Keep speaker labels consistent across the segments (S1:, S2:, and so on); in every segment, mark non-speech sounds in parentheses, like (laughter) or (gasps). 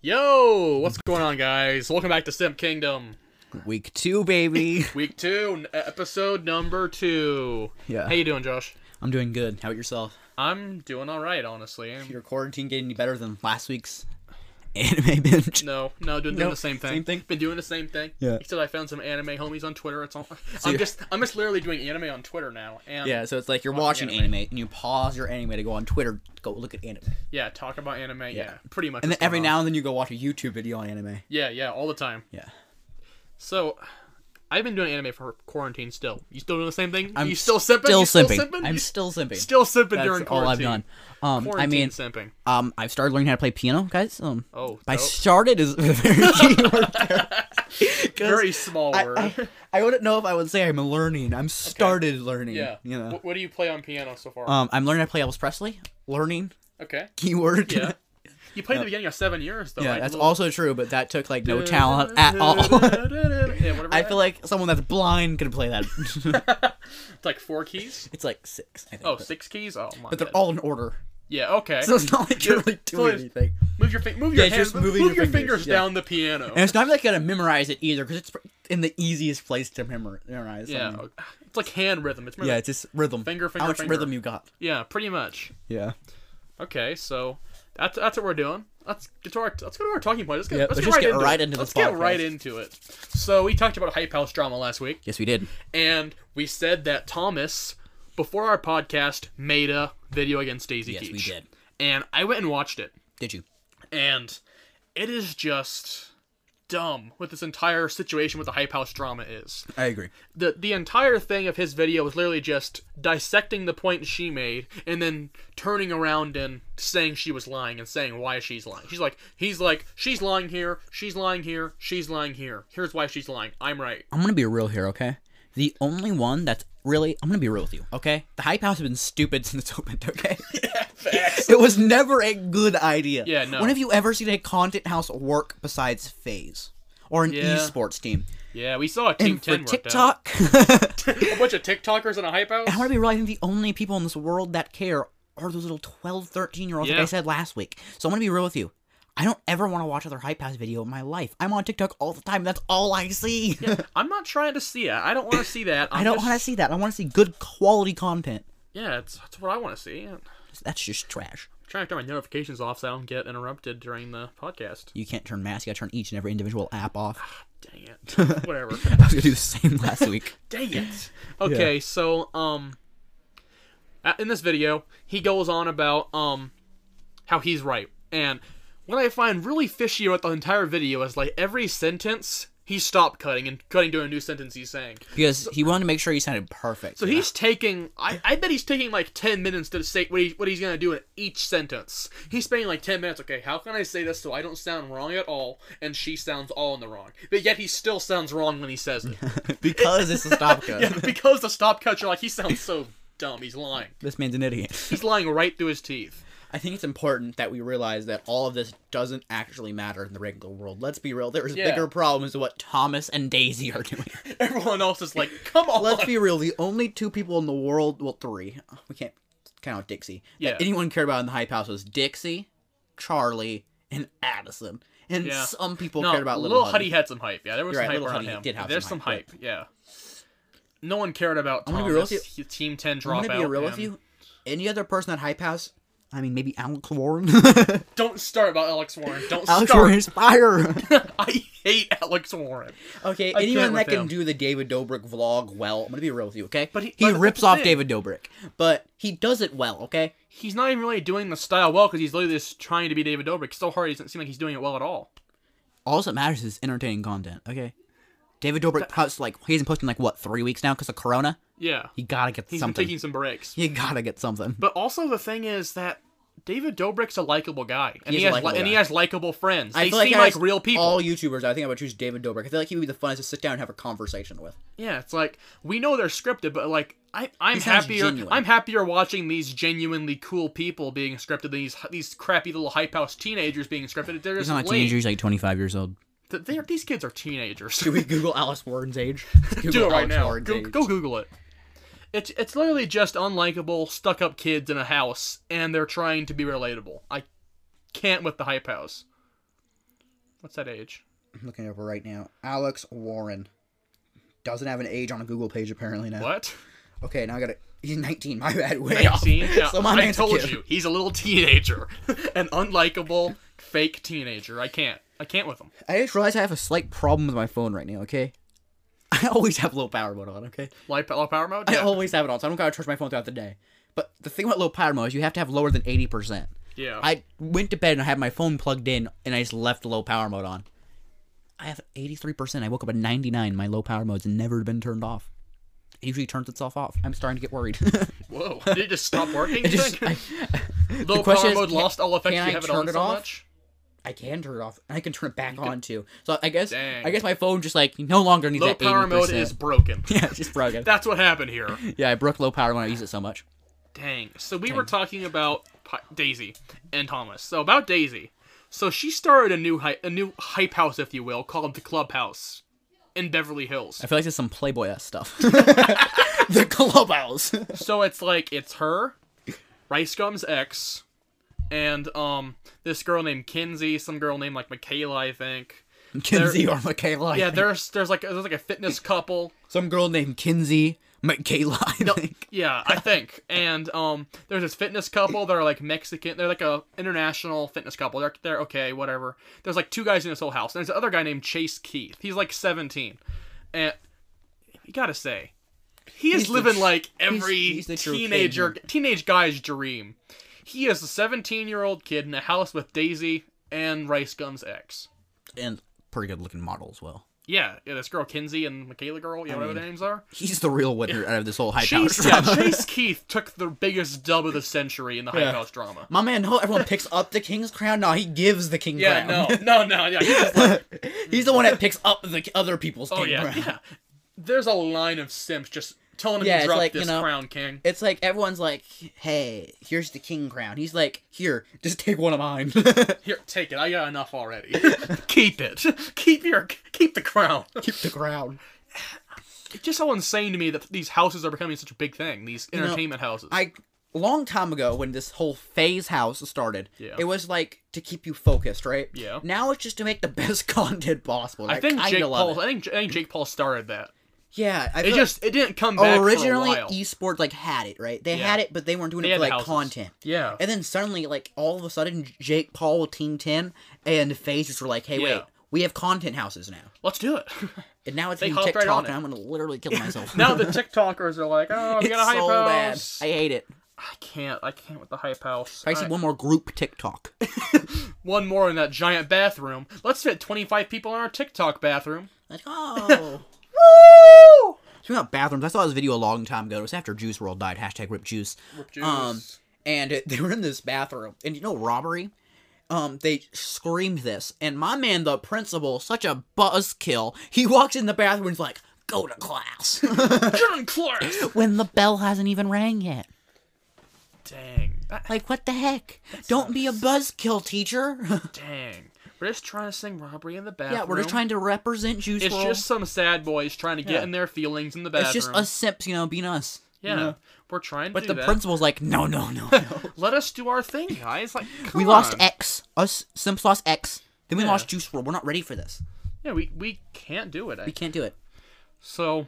S1: Yo, what's going on, guys? Welcome back to Sim Kingdom,
S2: Week two, baby.
S1: week two, n- e, episode number two.
S2: Yeah.
S1: How you doing, Josh?
S2: (laughs) I'm doing good. How about yourself?
S1: I'm doing all right, honestly. I'm-
S2: Your quarantine getting any better than last week's (laughs) anime binge?
S1: No, no, doing, doing
S2: No,
S1: the same thing.
S2: same thing?
S1: Been doing the same thing.
S2: Yeah.
S1: Except I found some anime homies on Twitter. It's all. (laughs) I'm
S2: you're-
S1: just, I'm just literally doing anime on Twitter now, and
S2: Yeah, so it's like you're
S1: Watching
S2: watching
S1: anime.
S2: anime. and you pause your anime to go on Twitter, go look at anime,
S1: yeah, talk about anime. Yeah.
S2: Yeah.
S1: pretty much.
S2: and then
S1: what's going
S2: every
S1: on.
S2: now and then you go watch a YouTube video on anime.
S1: Yeah, yeah, all the time.
S2: Yeah.
S1: So, I've been doing anime for quarantine. Still, you still doing the same thing?
S2: I'm
S1: you still simping?
S2: Still
S1: you still
S2: simping.
S1: simping?
S2: I'm
S1: You
S2: still simping.
S1: still simping
S2: That's
S1: during
S2: all I've
S1: quarantine.
S2: done. Um, I
S1: Quarantine
S2: mean,
S1: simping.
S2: um, I've started learning how to play piano, guys. Um,
S1: Oh,
S2: I
S1: dope.
S2: started is
S1: (laughs)
S2: (laughs) a very key word there. 'Cause
S1: very small
S2: I,
S1: word.
S2: I, I wouldn't know if I would say I'm learning. I'm started learning.
S1: yeah.
S2: (laughs) You know.
S1: What, what do you play on piano so far?
S2: Um, I'm learning how to play Elvis Presley. Learning (laughs)
S1: okay.
S2: keyword.
S1: Yeah. You played the beginning of seven years though.
S2: Yeah,
S1: right?
S2: that's
S1: Little-
S2: also true, but that took
S1: (laughs)
S2: like no talent at all.
S1: yeah, whatever.
S2: (laughs) I feel like someone that's blind could
S1: (laughs)
S2: play that.
S1: it's like four keys.
S2: it's like six, I think.
S1: Oh,
S2: but,
S1: six keys. Oh my.
S2: but they're
S1: bad.
S2: all in order, (laughs)
S1: Yeah. Okay.
S2: so it's not like you're
S1: Yeah,
S2: really
S1: so
S2: doing
S1: it's-
S2: anything.
S1: (laughs) move your fi- move
S2: Yeah,
S1: your hands.
S2: just
S1: Move,
S2: moving
S1: move your
S2: your
S1: fingers,
S2: fingers, yeah.
S1: down the piano.
S2: And it's not like you gotta memorize it either, because it's pr- in the easiest place to memor- memorize. I
S1: yeah.
S2: mean.
S1: It's like hand rhythm. It's
S2: yeah, it's just rhythm.
S1: Finger, finger,
S2: How much
S1: finger.
S2: rhythm you got?
S1: yeah. Pretty much.
S2: Yeah.
S1: Okay, so that's that's what we're doing. Let's get to our let's go to our talking point. Let's get,
S2: Yep,
S1: let's
S2: let's
S1: get right
S2: just get
S1: into
S2: right
S1: it.
S2: into
S1: let's
S2: this
S1: get right
S2: podcast.
S1: into it. So we talked about hype house drama last week,
S2: Yes, we did.
S1: and we said that Thomas before our podcast made a video against Daisy
S2: Yes, we
S1: Keach.
S2: did.
S1: and I went and watched it,
S2: Did you?
S1: and it is just dumb what this entire situation with the hype house drama is
S2: I agree.
S1: the the entire thing of his video was literally just dissecting the point she made and then turning around and saying she was lying and saying why she's lying. She's like he's like she's lying here, she's lying here, she's lying here. Here's why she's lying. I'm right.
S2: I'm gonna be real here, okay? The only one that's really I'm gonna be real with you, okay? The hype house has been stupid since it's opened, okay? (laughs) it was never a good idea.
S1: Yeah, no.
S2: When have you ever seen a content house work besides Phase or an
S1: Yeah.
S2: esports team?
S1: Yeah, we saw a team
S2: and for
S1: ten worked out.
S2: TikTok, (laughs) I
S1: A bunch of TikTokers in a hype house.
S2: want to be real. I think the only people in this world that care are those little 12, 13 year olds, like
S1: Yeah.
S2: I said last week. So I'm gonna be real with you. I don't ever want to watch another hype house video in my life. I'm on TikTok all the time. That's all I see.
S1: I'm not trying to see it. I don't want to see that. I'm
S2: (laughs) I don't
S1: just-
S2: want to see that. I want to see good quality content.
S1: Yeah, it's, that's what I want to see. I'm
S2: That's just trash.
S1: trying to turn my notifications off so I don't get interrupted during the podcast.
S2: (laughs) You can't turn masks. You gotta turn each and every individual app off.
S1: Dang it. Whatever.
S2: (sighs) I was gonna do the same last week.
S1: Dang it. Okay, so um uh, in this video, he goes on about um how he's right. And what I find really fishy about the entire video is like every sentence he stopped cutting and cutting to a new sentence he's saying.
S2: (laughs) Because he wanted to make sure he sounded perfect.
S1: So he's taking I, I bet he's taking like ten minutes to say what he what he's gonna do in each sentence. He's spending like ten minutes, okay, how can I say this so I don't sound wrong at all and she sounds all in the wrong. But yet he still sounds wrong when he says it.
S2: because it's a stop (laughs) cut.
S1: yeah, (laughs) because the stop cut, you're like, he sounds so dumb, he's lying.
S2: This man's an idiot.
S1: He's lying right through his teeth.
S2: I think it's important that we realize that all of this doesn't actually matter in the regular world. Let's be real. There's
S1: Yeah.
S2: bigger problems than what Thomas and Daisy
S1: (laughs)
S2: are doing.
S1: Everyone else is like, come on.
S2: Let's be real. The only two people in the world, well, three. We can't count out Dixie.
S1: Yeah.
S2: That anyone cared about in the hype house was Dixie, Charlie, and Addison. And
S1: Yeah.
S2: some
S1: (laughs)
S2: people
S1: no,
S2: cared about
S1: Little,
S2: Little
S1: Huddy had some hype. Yeah, there was
S2: You're
S1: some
S2: right,
S1: hype
S2: Little
S1: around
S2: Huddy
S1: him.
S2: did have
S1: There's some
S2: some
S1: hype,
S2: hype,
S1: yeah. No one cared about
S2: I'm gonna
S1: Thomas.
S2: be real with
S1: He- Team 10 dropout.
S2: I'm gonna be real with
S1: and-
S2: you. Any other person at hype house? I mean, maybe Alex Warren. (laughs)
S1: Don't start about Alex Warren. Don't
S2: Alex
S1: start.
S2: Warren is fire.
S1: (laughs) I hate Alex Warren.
S2: okay,
S1: I can't
S2: anyone that
S1: with
S2: can
S1: him.
S2: do the David Dobrik vlog well, I'm gonna be real with you. Okay,
S1: But he-
S2: he
S1: but that's
S2: rips
S1: the
S2: off
S1: thing.
S2: David Dobrik, but he does it well. Okay,
S1: He's not even really doing the style well because he's literally just trying to be David Dobrik. It's so hard, he doesn't seem like he's doing it well at all.
S2: all that matters is entertaining content. Okay, David Dobrik posts like he hasn't posted in, like what three weeks now because of Corona.
S1: Yeah.
S2: You gotta get
S1: He's
S2: something.
S1: been taking some breaks.
S2: You gotta get something.
S1: But also the thing is that David Dobrik's a likable guy, and he,
S2: He is a
S1: has li-
S2: likable
S1: and he
S2: guy.
S1: has likable friends. They
S2: I feel
S1: seem
S2: if I
S1: like,
S2: was
S1: real people.
S2: All YouTubers, I think I would choose David Dobrik. I feel like he would be the funnest to sit down and have a conversation with.
S1: Yeah, it's like we know they're scripted, but like I, I'm
S2: sounds
S1: happier.
S2: genuine.
S1: I'm happier watching these genuinely cool people being scripted than these these crappy little hype house teenagers being scripted. They're just
S2: He's not a
S1: lame.
S2: teenager. He's like 25 years old.
S1: Th- They're, these kids are teenagers.
S2: Do we Google Alice Warren's age?
S1: (laughs)
S2: Google
S1: Do it right
S2: Alex
S1: now.
S2: Warren's
S1: Go,
S2: age.
S1: go Google it. It's it's literally just unlikable, stuck up kids in a house, and they're trying to be relatable. I can't with the hype house. What's that age?
S2: I'm looking over right now. Alex Warren doesn't have an age on a Google page apparently now. (laughs)
S1: What?
S2: Okay, now I got to. He's 19. My bad. Way off. (laughs)
S1: 19? Yeah,
S2: So my
S1: I
S2: man's a
S1: told
S2: kid.
S1: you, he's a little teenager. (laughs) An unlikable, fake teenager. I can't. I can't with him.
S2: I just realized I have a slight problem with my phone right now. Okay. (laughs) I always have low power mode on. Okay.
S1: Light, low power mode?
S2: I
S1: Yeah.
S2: always have it on, so I don't gotta charge my phone throughout the day. But the thing about low power mode is you have to have lower than 80%.
S1: yeah.
S2: I went to bed and I had my phone plugged in and I just left low power mode on. I have 83%. I woke up at 99. My low power mode's never been turned off. It usually turns itself off. I'm starting to get worried. (laughs)
S1: Whoa. Did it just stop working? you
S2: I
S1: (laughs)
S2: just,
S1: think?
S2: I,
S1: Low
S2: question
S1: power
S2: is,
S1: mode
S2: can-
S1: lost all effects.
S2: can
S1: you
S2: I
S1: have it
S2: turn
S1: on
S2: it
S1: so
S2: off?
S1: much?
S2: I can turn it off and I can turn it back on too. So I guess
S1: Dang.
S2: I guess my phone just like no longer needs
S1: Low
S2: that 80%.
S1: power mode is broken.
S2: (laughs) yeah, it's just
S1: (laughs)
S2: broken.
S1: That's what happened here.
S2: yeah, I broke low power when I use it so much.
S1: Dang. So we were talking about Pi- Daisy and Thomas. So about Daisy. So she started a new hy- a new hype house, if you will, called the Clubhouse in Beverly Hills.
S2: I feel like it's some Playboy
S1: (laughs)
S2: ass stuff. (laughs) the clubhouse.
S1: So it's like it's her, Rice Gum's ex, and um this girl named Kinsey, some girl named like Michaela, I think.
S2: (laughs) Kinsey or Michaela. I
S1: Yeah,
S2: think.
S1: there's there's like there's like a fitness couple.
S2: some girl named Kinsey Michaela. I think.
S1: Yeah, I think. And um, there's this fitness couple. They're like Mexican. They're like a international fitness couple. They're, they're okay, whatever. There's like two guys in this whole house. And there's another guy named Chase Keith. He's like 17, and you gotta say, he is
S2: He's the
S1: living
S2: tr-
S1: like every
S2: he's the true
S1: teenager teenage guy's dream. He is a 17 year old kid in a house with Daisy and Rice Gum's ex.
S2: And pretty good looking model as well.
S1: Yeah, yeah, this girl Kinsey and Michaela girl, you know whatever their names are.
S2: He's the real winner out of this whole high power
S1: Chase, yeah, (laughs)
S2: drama.
S1: Chase Keith took the biggest dub of the century in the Hype House drama.
S2: (laughs) My man, no, everyone picks up the king's crown. No, he gives the king
S1: Yeah,
S2: crown.
S1: no, (laughs) no, no, yeah. he's just like,
S2: (laughs) He's the one that picks up the other people's
S1: oh
S2: king
S1: yeah,
S2: crown.
S1: yeah. There's a line of simps just telling him
S2: Yeah,
S1: to
S2: it's
S1: drop
S2: like, you
S1: this
S2: know-
S1: crown, king.
S2: It's like everyone's like, "Hey, here's the king crown." He's like, "Here, just take one
S1: (laughs)
S2: of mine."
S1: Here, take it. I got enough already. (laughs) keep it. (laughs) Keep your keep the crown.
S2: Keep the crown.
S1: (laughs) It's just so insane to me that these houses are becoming such a big thing. These
S2: know,
S1: entertainment houses.
S2: I a long time ago when this whole phase house started,
S1: Yeah.
S2: it was like to keep you focused, right?
S1: Yeah.
S2: Now it's just to make the (laughs) best content possible.
S1: I think Jake
S2: love
S1: Paul.
S2: It.
S1: I think I think Jake Paul started that.
S2: Yeah, I
S1: It
S2: feel
S1: just it didn't come
S2: like
S1: back
S2: originally
S1: for a while.
S2: esports like had it right. They
S1: Yeah.
S2: had it, but they weren't doing
S1: They had
S2: it for
S1: the
S2: like
S1: houses.
S2: content.
S1: Yeah.
S2: And then suddenly, like all of a sudden, Jake Paul, with Team Ten, and Phases were like, "Hey,
S1: Yeah.
S2: wait, we have content houses now."
S1: Let's do it.
S2: And now it's
S1: They
S2: in
S1: hopped right
S2: TikTok,
S1: on it.
S2: and I'm gonna
S1: (laughs)
S2: literally kill myself. (laughs)
S1: now the TikTokers are like, oh, we
S2: it's
S1: got a hype
S2: so bad.
S1: house.
S2: I hate it.
S1: I can't. I can't with the hype house.
S2: I see
S1: I-
S2: one more
S1: (laughs)
S2: group TikTok.
S1: one more in that giant bathroom. Let's fit 25 people in our TikTok bathroom.
S2: Like, oh.
S1: Woo!
S2: Speaking about bathrooms, I saw this video a long time ago. It was after Juice World died. Hashtag Rip Juice.
S1: Juice.
S2: Um, and (laughs) it- they were in this bathroom, and you know robbery. Um, they screamed this, and my man, the principal, such a buzzkill. He walks in the bathroom and's like, "Go to
S1: (laughs)
S2: class," (laughs)
S1: John Clark!
S2: when the bell hasn't even rang yet.
S1: dang. That,
S2: Like, what the heck? Don't be a buzzkill, teacher. (laughs)
S1: dang. We're just trying to sing robbery in the bathroom.
S2: yeah, we're just trying to represent Juice
S1: It's
S2: World.
S1: just some sad boys trying to get in their feelings in the bathroom.
S2: it's just us simps, you know, being us.
S1: Yeah. We're trying to
S2: But
S1: do
S2: the
S1: that.
S2: principal's like, "No, no, no,
S1: (laughs)
S2: no."
S1: Let us do our thing, guys.
S2: (laughs)
S1: Like, come
S2: We lost
S1: on.
S2: X. Us Simps lost X. Then we
S1: Yeah.
S2: lost Juice World. We're not ready for this.
S1: Yeah, we, we can't do it. I-
S2: We can't do it.
S1: so,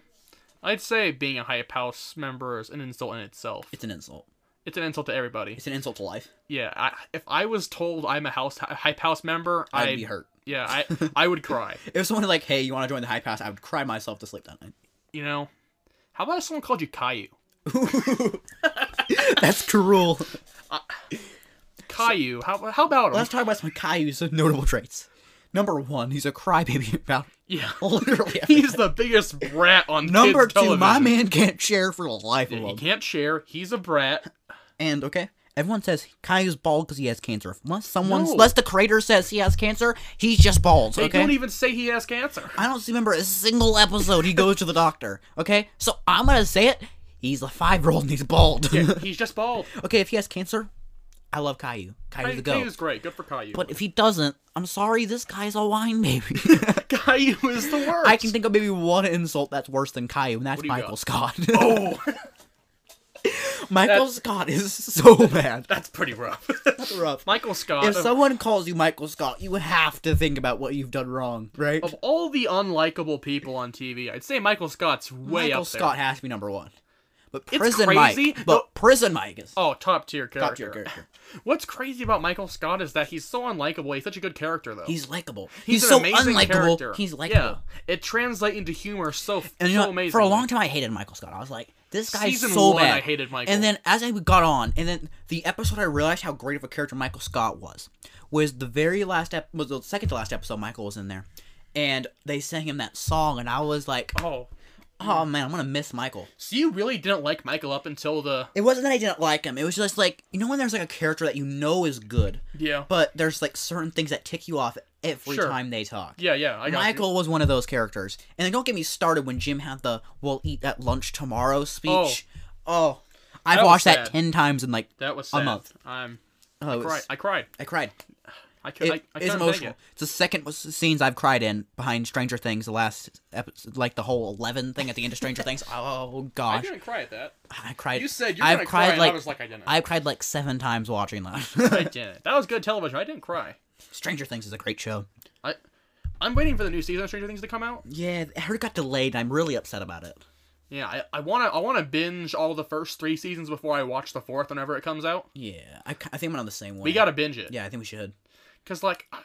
S1: I'd say being a Hype House member is an insult in itself.
S2: It's an insult.
S1: It's an insult to everybody.
S2: It's an insult to life.
S1: Yeah, I, if I was told I'm a house a hype house member,
S2: I'd
S1: I'd,
S2: be hurt.
S1: Yeah,
S2: (laughs)
S1: I I would cry.
S2: If someone was like, hey, you want to join the high pass, I would cry myself to sleep that
S1: (laughs) You know, how about if someone called you Caillou?
S2: night. That's cruel.
S1: Caillou. How how about him?
S2: Let's talk about some Caillou's notable traits. Number one, he's a crybaby about
S1: Yeah,
S2: (laughs)
S1: (laughs)
S2: literally everything.
S1: (laughs) he's the biggest brat on
S2: Number
S1: kids
S2: two, my
S1: television.
S2: man can't share for the life of
S1: He
S2: him.
S1: can't share. He's a brat.
S2: And okay, everyone says Caillou's bald because he has cancer. Unless someone,
S1: No.
S2: unless the creator says he has cancer, he's just bald.
S1: They
S2: okay.
S1: don't even say he has
S2: (laughs)
S1: cancer.
S2: I don't remember a single episode he goes to the doctor. Okay, so I'm gonna say it. He's a five year old and he's bald.
S1: He's just bald.
S2: (laughs) okay, if he has cancer, I love Caillou. Caillou's the goat.
S1: Caillou's great. Good for Caillou.
S2: But if he doesn't, I'm sorry. This guy's a wine baby.
S1: (laughs) Caillou is the worst.
S2: I can think of maybe one insult that's worse than Caillou, and that's
S1: do you
S2: Michael
S1: got?
S2: Scott.
S1: Oh,
S2: (laughs) Michael Scott is so bad.
S1: That's pretty rough. (laughs)
S2: rough.
S1: Michael Scott.
S2: If
S1: of-
S2: someone calls you Michael Scott, you have to think about what you've done wrong, right?
S1: of all the unlikable people on TV, I'd say Michael Scott's way
S2: Michael
S1: up there.
S2: Scott has to be number one. But
S1: It's
S2: Prison
S1: crazy,
S2: Mike.
S1: though-
S2: But Prison Mike is
S1: Oh, top tier character.
S2: top tier character.
S1: What's crazy about Michael Scott is that he's so unlikable. He's such a good character, though.
S2: He's likable.
S1: He's
S2: He's,
S1: an
S2: so
S1: amazing
S2: unlikable.
S1: character.
S2: He's likable.
S1: Yeah, it translates into humor so
S2: And you
S1: so
S2: know,
S1: amazing.
S2: for a long time, I hated Michael Scott. I was like, this guy's
S1: Season
S2: so
S1: one,
S2: bad.
S1: I hated Michael.
S2: And then as I got on, and then the episode, I realized how great of a character Michael Scott was. Was the very last ep- was the second to last episode Michael was in there, and they sang him that song, and I was like,
S1: Oh,
S2: oh man, I'm gonna miss Michael.
S1: so you really didn't like Michael up until the
S2: It wasn't that I didn't like him. It was just like you know when there's like a character that you know is good,
S1: yeah,
S2: but there's like certain things that tick you off every
S1: Sure.
S2: time they talk.
S1: yeah, yeah. I got you.
S2: Michael was one of those characters. And then don't get me started when Jim had the "We'll eat at lunch tomorrow" speech. Oh, I've
S1: That was
S2: watched
S1: sad.
S2: that ten times in like
S1: That was sad.
S2: month.
S1: I'm
S2: oh, it was-
S1: cried. I cried.
S2: I cried.
S1: I could.
S2: It
S1: I, I
S2: is
S1: couldn't make
S2: emotional.
S1: it.
S2: It's the second was- scenes I've cried in behind Stranger Things. The last episode, like the whole eleven thing at the end of
S1: (laughs)
S2: Stranger Things. Oh
S1: I
S2: gosh,
S1: didn't cry at that.
S2: I, cried.
S1: You said you're
S2: I've
S1: gonna
S2: cried
S1: cry, and
S2: like
S1: I was like, I didn't. I,
S2: I've cried like seven times watching that.
S1: (laughs) didn't. That was good television. I didn't cry.
S2: Stranger Things is a great show.
S1: I, I'm waiting for the new season of Stranger Things to come out.
S2: Yeah, I heard it got delayed. and I'm really upset about it.
S1: Yeah, I, I wanna I wanna binge all the first three seasons before I watch the fourth whenever it comes out.
S2: Yeah, I, ki- I think I'm on the same one.
S1: We gotta binge it.
S2: Yeah, I think we should.
S1: Cause like, I-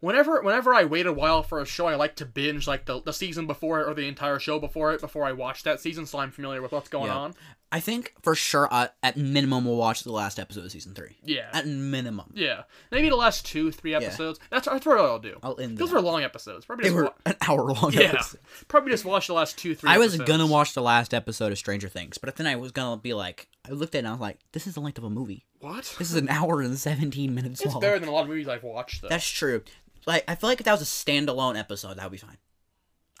S1: whenever whenever I wait a while for a show, I like to binge like the, the season before it or the entire show before it before I watch that season, so I'm familiar with what's going
S2: Yeah.
S1: on.
S2: I think for sure, uh, at minimum, we'll watch the last episode of season three.
S1: Yeah.
S2: At minimum,
S1: yeah, maybe the last two three episodes. That's that's what I'll do.
S2: I'll end.
S1: Those
S2: that.
S1: were long episodes. Probably
S2: they
S1: just
S2: were
S1: wa-
S2: an hour long.
S1: yeah,
S2: episode.
S1: probably just watch the last two three.
S2: I was
S1: episodes.
S2: gonna watch the last episode of Stranger Things, but then I was gonna be like, I looked at it and I was like, this is the length of a movie.
S1: what?
S2: This is an hour and seventeen minutes
S1: It's
S2: long.
S1: better than a lot of movies I've watched though.
S2: That's true. Like I feel like if that was a standalone episode, that would be fine.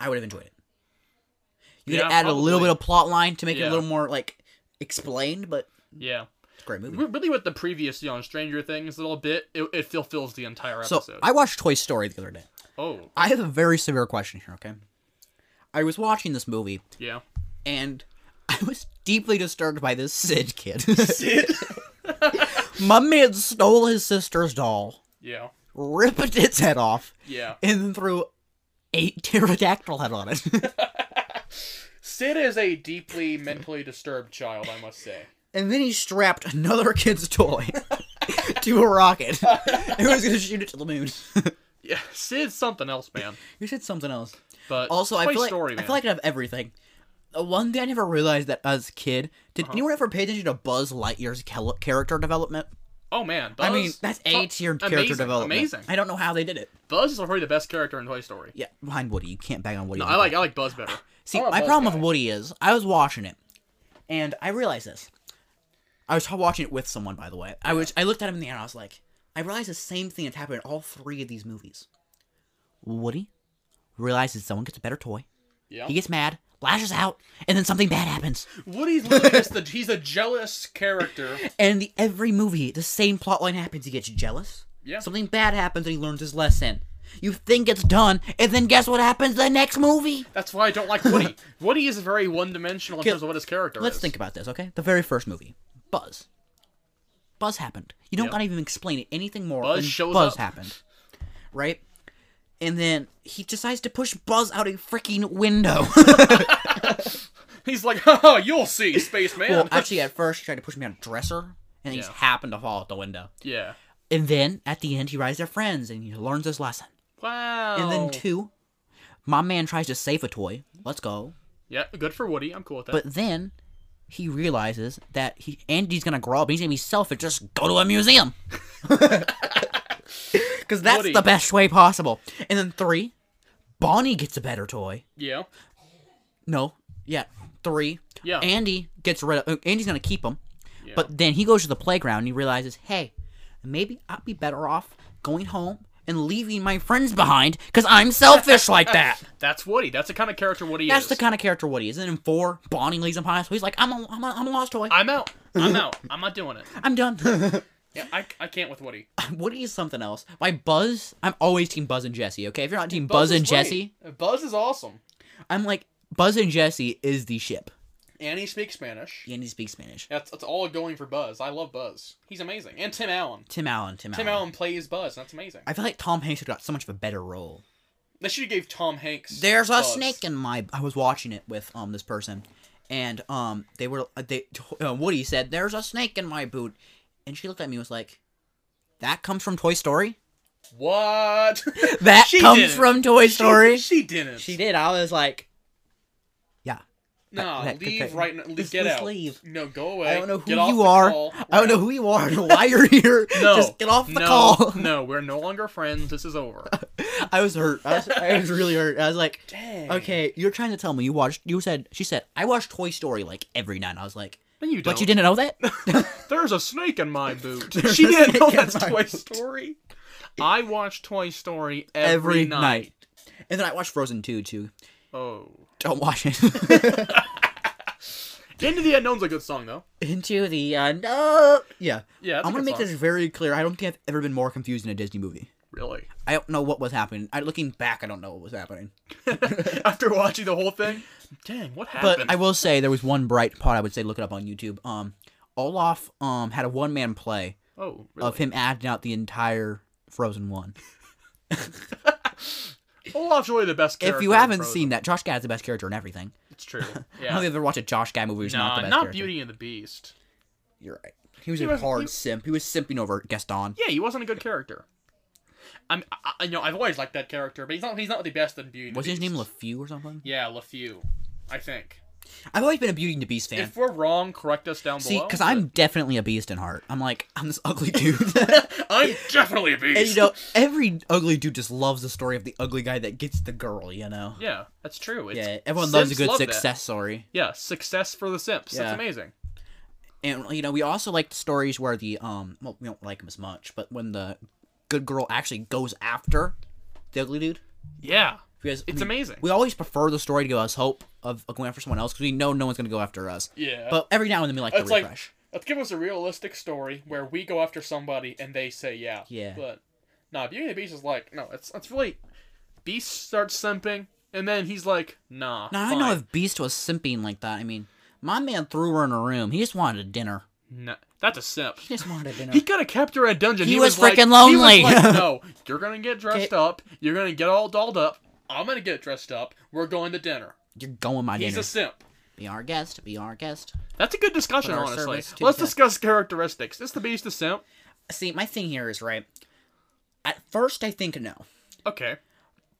S2: I would have enjoyed it. You could
S1: Yeah,
S2: add a little
S1: probably.
S2: bit of plot line to make it
S1: Yeah.
S2: a little more like explained, but
S1: yeah,
S2: it's a great movie.
S1: Re- really with the previous you know, Stranger Things a little bit, it, it fulfills the entire
S2: So
S1: episode.
S2: I watched Toy Story the other day.
S1: oh
S2: I have a very severe question here, okay? I was watching this movie
S1: yeah,
S2: and (laughs) I was deeply disturbed by this Sid
S1: (laughs)
S2: kid.
S1: Sid.
S2: (laughs) My man stole his sister's doll,
S1: yeah,
S2: ripped its head off,
S1: yeah.
S2: and then threw a (laughs) pterodactyl head on it.
S1: Sid is a deeply mentally disturbed child, I must say.
S2: and then he strapped another (laughs) kid's toy to a rocket and was going to shoot it to the moon.
S1: (laughs)
S2: (laughs)
S1: Yeah, Sid's something else, man.
S2: you said something else.
S1: But
S2: Also,
S1: Toy
S2: I feel,
S1: Story,
S2: like, I
S1: man.
S2: feel like I have everything. The one thing I never realized that as a kid, did
S1: Uh-huh.
S2: anyone ever pay attention to Buzz Lightyear's cal- character development?
S1: oh man, Buzz,
S2: I mean, that's A tier character
S1: amazing,
S2: development.
S1: amazing.
S2: I don't know how they did it.
S1: Buzz is probably the best character in Toy Story.
S2: Yeah, behind Woody, you can't bang on Woody.
S1: I like I like Buzz better.
S2: See,
S1: I'm a
S2: my
S1: Buzz
S2: problem
S1: guy.
S2: with Woody is I was watching it, and I realized this. I was watching it with someone, by the way. I was I looked at him in the eye and I was like, I realized the same thing that's happened in all three of these movies. Woody realizes someone gets a better toy.
S1: Yeah.
S2: He gets mad, lashes out, and then something bad happens.
S1: Woody's literally just the he's a jealous character.
S2: And the, every movie, the same plotline happens. He gets jealous.
S1: Yeah.
S2: Something bad happens, and he learns his lesson. You think it's done, and then guess what happens the next movie?
S1: That's why I don't like
S2: (laughs)
S1: Woody. Woody is very one dimensional in terms of what his character
S2: Let's
S1: is.
S2: think about this, okay? The very first movie, Buzz. Buzz happened. You don't
S1: Yep.
S2: gotta even explain it anything more.
S1: Buzz
S2: than
S1: shows
S2: Buzz
S1: up.
S2: happened, right? And then he decides to push Buzz out a
S1: (laughs)
S2: freaking window.
S1: He's like, (laughs) haha, you'll see, spaceman.
S2: well, actually, at first he tried to push me out a dresser, and he just
S1: Yeah.
S2: happened to fall out the window.
S1: (laughs) yeah.
S2: And then at the end, he rides their friends, and he learns his lesson.
S1: Wow.
S2: And then two, my man tries to save a toy. Let's go.
S1: Yeah, good for Woody. I'm cool with that.
S2: But then he realizes that he Andy's gonna grow up. and He's gonna be selfish. Just go to
S1: (laughs)
S2: a museum. Because that's
S1: Woody.
S2: the best way possible. And then three, Bonnie gets a better toy.
S1: yeah.
S2: No, yeah, three.
S1: Yeah.
S2: Andy gets rid of. uh, Andy's gonna keep him.
S1: Yeah.
S2: But then he goes to the playground and he realizes, hey, maybe I'd be better off going home and leaving my friends behind because I'm selfish like
S1: (laughs)
S2: that.
S1: That's Woody. That's the kind of character Woody
S2: That's
S1: is.
S2: the kind of character Woody is. And then in four, Bonnie leaves him behind. So he's like, I'm a, I'm a, I'm a lost toy.
S1: I'm out. (laughs) I'm out. I'm not doing it.
S2: I'm done. (laughs)
S1: Yeah, I, I can't with Woody.
S2: Woody is something else. My Buzz, I'm always Team Buzz and Jesse. Okay, if you're not Team Buzz, and
S1: is great.
S2: Jesse,
S1: Buzz is awesome.
S2: I'm like Buzz and Jesse is the ship.
S1: And he speaks Spanish.
S2: And he speaks Spanish.
S1: That's, that's all going for Buzz. I love Buzz. He's amazing. And Tim Allen.
S2: Tim Allen. Tim,
S1: Tim
S2: Allen.
S1: Allen plays Buzz. and That's amazing.
S2: I feel like Tom Hanks would have got so much of a better role.
S1: They should have gave Tom Hanks.
S2: There's a
S1: Buzz.
S2: snake in my. I was watching it with um this person, and um they were they (laughs) uh, Woody said there's a snake in my boot, and she looked at me and was like, that comes from Toy Story.
S1: What?
S2: That
S1: She
S2: comes
S1: didn't.
S2: from Toy
S1: She-
S2: (laughs)
S1: (laughs)
S2: Story.
S1: She, didn't.
S2: She did. I was like, yeah.
S1: No,
S2: that- that-
S1: leave
S2: that-
S1: right now. le-
S2: just-
S1: Get
S2: just
S1: out.
S2: leave.
S1: No, go away.
S2: I don't know who
S1: Get off
S2: you
S1: the
S2: are.
S1: call.
S2: I don't know who you are. I don't know (laughs) why you're here.
S1: (laughs) No.
S2: Just get off the
S1: no,
S2: call. (laughs)
S1: no, we're no longer friends. This is over.
S2: I was hurt. I was, I was really hurt. I was like,
S1: (laughs) Dang.
S2: okay, you're trying to tell me you watched. You said she said I watched Toy Story like every night. And I was like,
S1: No, you don't.
S2: but you didn't know that.
S1: There's a snake in my boot.
S2: (laughs) There's
S1: she
S2: a
S1: didn't know
S2: snake in
S1: that's
S2: my
S1: Toy
S2: boot.
S1: Story. I watch Toy Story (laughs) every,
S2: every
S1: night.
S2: night. And then I watched Frozen 2 too.
S1: Oh.
S2: Don't watch it. (laughs)
S1: Into the Unknown's a good song though.
S2: Into the unknown. Yeah.
S1: Yeah, that's a
S2: I'm gonna
S1: good
S2: make
S1: song.
S2: this very clear. I don't think I've ever been more confused in a Disney movie.
S1: really.
S2: (laughs)
S1: (laughs)
S2: I don't know what was happening. I looking back, I don't know what was happening.
S1: After watching the whole thing, dang, what
S2: But
S1: happened?
S2: I will say there was one bright part. I would say look it up on YouTube. Um, Olaf um had a one man play
S1: oh, really?
S2: of him acting out the entire Frozen one.
S1: Olaf's really the best character.
S2: If you
S1: in
S2: haven't
S1: Frozen.
S2: seen that, Josh Gad is the best character in everything.
S1: it's
S2: (laughs)
S1: true.
S2: I don't
S1: Yeah.
S2: think I've ever watched a Josh Gad movie who's
S1: nah,
S2: not the
S1: not,
S2: best character.
S1: Beauty and the Beast.
S2: You're right. He was
S1: He
S2: a
S1: was-
S2: hard
S1: he-
S2: simp. He was simping over Gaston.
S1: Yeah, he wasn't a good character. I'm, I, I- you know, I've always liked that character, but he's not. He's not the best in Beauty. and the
S2: Was his name
S1: Beast.
S2: LeFou or something?
S1: Yeah, LeFou, I think.
S2: I've always been a Beauty and the Beast fan.
S1: If we're wrong, correct us down
S2: See,
S1: below.
S2: because
S1: but-
S2: I'm definitely a beast in heart. I'm like, I'm this
S1: (laughs)
S2: ugly (laughs) dude.
S1: I'm (laughs) definitely a beast.
S2: and you know, every ugly dude just loves the story of the ugly guy that gets the girl, you know?
S1: yeah, that's true. It's,
S2: Yeah, everyone
S1: Sims
S2: loves a good
S1: love that.
S2: success story.
S1: Yeah, success for the Simps.
S2: Yeah.
S1: That's amazing.
S2: And, you know, we also like the stories where the, um, well, we don't like them as much, but when the good girl actually goes after the ugly dude.
S1: Yeah,
S2: Because,
S1: it's
S2: I mean,
S1: amazing.
S2: We always prefer the story to give us hope of going after someone else because we know no one's going to go after us.
S1: Yeah.
S2: But every now and then we like to
S1: it's like
S2: refresh.
S1: let's give us a realistic story where we go after somebody and they say yeah.
S2: Yeah.
S1: But nah, Beauty and the Beast is like no, it's it's really Beast starts simping and then he's like nah.
S2: now, I
S1: fine.
S2: don't know if Beast was simping like that. I mean, my man threw her in a room. He just wanted a dinner.
S1: Nah, that's a simp.
S2: He just (laughs) wanted dinner.
S1: He could have kept her at a dungeon.
S2: He
S1: He,
S2: was
S1: like-
S2: freaking lonely.
S1: He
S2: (laughs)
S1: was like, no, you're gonna get dressed
S2: Okay.
S1: up. You're gonna get all dolled up. I'm gonna get dressed up. We're going to dinner.
S2: You're going my
S1: He's
S2: dinner.
S1: a simp.
S2: Be our guest. Be our guest.
S1: That's a good discussion,
S2: Put our
S1: honestly.
S2: service to
S1: Let's
S2: the-
S1: discuss characteristics. Is the beast a simp?
S2: See, my thing here is right. At first, I think no,
S1: Okay.